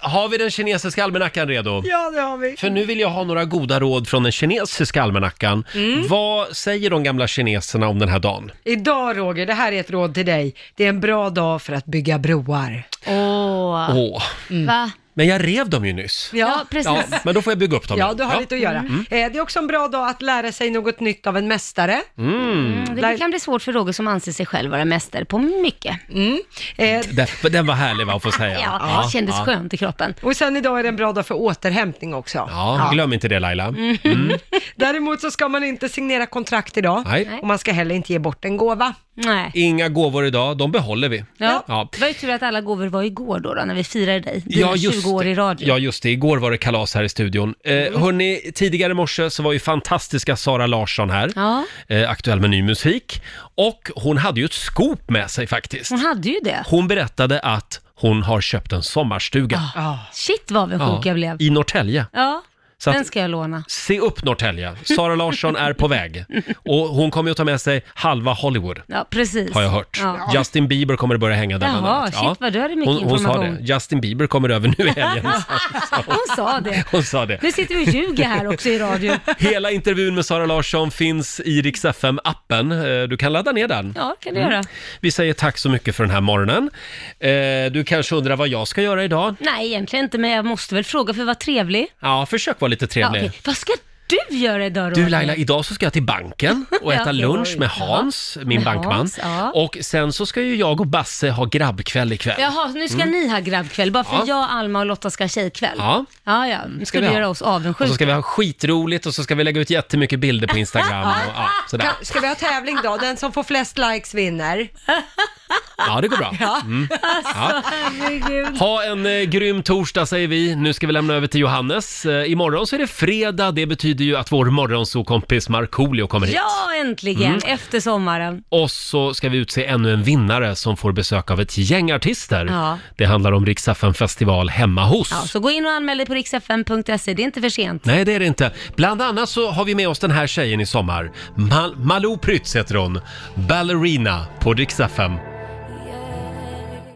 [SPEAKER 1] Har vi den kinesiska almanackan redo?
[SPEAKER 2] Ja, det har vi.
[SPEAKER 1] För nu vill jag ha några goda råd från den kinesiska almanackan.
[SPEAKER 2] Mm.
[SPEAKER 1] Vad säger de gamla kineserna om den här dagen?
[SPEAKER 2] Idag Roger, det här är ett
[SPEAKER 4] Ah.
[SPEAKER 2] råd till dig. Det är en bra dag för att bygga broar.
[SPEAKER 4] Åh.
[SPEAKER 1] Åh.
[SPEAKER 4] Va?
[SPEAKER 1] Men jag rev dem ju nyss.
[SPEAKER 2] Ja, precis.
[SPEAKER 1] men då får jag bygga upp dem
[SPEAKER 2] Ja,
[SPEAKER 1] igen.
[SPEAKER 2] du har lite att göra.
[SPEAKER 1] Mm.
[SPEAKER 2] Eh, Det är också en bra dag att lära sig något nytt av en mästare.
[SPEAKER 1] Mm.
[SPEAKER 4] Det kan bli svårt för Roger som anser sig själv vara mästare på mycket.
[SPEAKER 2] Mm. Eh,
[SPEAKER 1] Den, den var härlig va, att få säga.
[SPEAKER 4] Ja, det kändes skönt i kroppen.
[SPEAKER 2] Och sen idag är det en bra dag för återhämtning också.
[SPEAKER 1] Ja,
[SPEAKER 2] Ja.
[SPEAKER 1] glöm inte det Laila. Mm.
[SPEAKER 2] Däremot så ska man inte signera kontrakt idag.
[SPEAKER 1] Nej.
[SPEAKER 2] Och man ska heller inte ge bort en gåva.
[SPEAKER 4] Nej.
[SPEAKER 1] Inga gåvor idag, de behåller vi.
[SPEAKER 4] Ja.
[SPEAKER 1] Ja.
[SPEAKER 4] Det var ju tur att alla gåvor var igår då, då när vi firade dig. Dina
[SPEAKER 1] Ja, just
[SPEAKER 4] 20 år i radio.
[SPEAKER 1] Ja, just det. Igår var det kalas här i studion. Eh, Hörni, tidigare i morse så var ju fantastiska Sara Larsson här,
[SPEAKER 4] Ja.
[SPEAKER 1] eh, aktuell med ny musik. Och hon hade ju ett skop med sig faktiskt.
[SPEAKER 4] Hon hade ju det.
[SPEAKER 1] Hon berättade att hon har köpt en sommarstuga.
[SPEAKER 4] Shit Ah, vad avundsjuk jag blev.
[SPEAKER 1] I Norrtälje.
[SPEAKER 4] Ja,
[SPEAKER 1] Så att-
[SPEAKER 4] den ska jag låna.
[SPEAKER 1] Se upp Norrtälje, Sara Larsson är på väg. Och hon kommer ju att ta med sig halva Hollywood.
[SPEAKER 4] Ja, precis.
[SPEAKER 1] Har jag hört.
[SPEAKER 4] Ja.
[SPEAKER 1] Justin Bieber kommer att börja hänga där
[SPEAKER 4] Jaha,
[SPEAKER 1] bland annat.
[SPEAKER 4] shit, vad du hade mycket
[SPEAKER 1] hon, hon sa det.
[SPEAKER 4] information.
[SPEAKER 1] Justin Bieber kommer över nu i helgen.
[SPEAKER 4] Hon sa det.
[SPEAKER 1] Hon sa det.
[SPEAKER 4] Nu sitter vi och ljuger här också i radio.
[SPEAKER 1] Hela intervjun med Sara Larsson finns i Rix FM-appen. Eh, Du kan ladda ner den.
[SPEAKER 4] Ja, kan du
[SPEAKER 1] Mm.
[SPEAKER 4] göra.
[SPEAKER 1] Vi säger tack så mycket för den här morgonen. Eh, Du kanske undrar vad jag ska göra idag?
[SPEAKER 4] Nej, egentligen inte, men jag måste väl fråga för att vara trevlig.
[SPEAKER 1] Ja, försök vara lite trevlig.
[SPEAKER 4] okej. Vad ska du göra idag Roger?
[SPEAKER 1] Du Laila, idag så ska jag till banken och
[SPEAKER 4] Ja,
[SPEAKER 1] äta
[SPEAKER 4] okej.
[SPEAKER 1] lunch med
[SPEAKER 4] Ja.
[SPEAKER 1] Hans, min
[SPEAKER 4] Med
[SPEAKER 1] bankman.
[SPEAKER 4] Hans, ja.
[SPEAKER 1] Och sen så ska ju jag och Basse ha grabbkväll ikväll.
[SPEAKER 4] Jaha, nu ska
[SPEAKER 1] Mm.
[SPEAKER 4] ni ha grabbkväll, bara för
[SPEAKER 1] Ja.
[SPEAKER 4] jag, Alma och Lotta ska ha tjejkväll.
[SPEAKER 1] Ja.
[SPEAKER 4] ja, ja. Nu ska,
[SPEAKER 1] vi
[SPEAKER 4] du
[SPEAKER 1] ha.
[SPEAKER 4] göra oss
[SPEAKER 1] Och så
[SPEAKER 4] avundsjuka.
[SPEAKER 1] ska vi ha skitroligt och så ska vi lägga ut jättemycket bilder på Instagram och ja, sådär.
[SPEAKER 2] Kan- Ska vi ha tävling då? Den som får flest likes vinner.
[SPEAKER 1] Ja, det går bra. Mm. Ja.
[SPEAKER 4] Alltså, Herregud.
[SPEAKER 1] Ha en eh, grym torsdag säger vi. Nu ska vi lämna över till Johannes. Eh, imorgon så är det fredag. Det betyder ju att vår morgonsokompis Markoolio kommer hit.
[SPEAKER 4] Ja, äntligen,
[SPEAKER 1] Mm.
[SPEAKER 4] efter sommaren.
[SPEAKER 1] Och så ska vi utse ännu en vinnare som får besök av ett gäng artister.
[SPEAKER 4] Ja.
[SPEAKER 1] Det handlar om Rix FM festival hemma hos.
[SPEAKER 4] Ja, så gå in och anmäl dig på riksfn.se, det är inte för sent.
[SPEAKER 1] Nej, det är det inte. Bland annat så har vi med oss den här tjejen i sommar. Mal- Malou Prytz heter hon. Ballerina på Rix FM.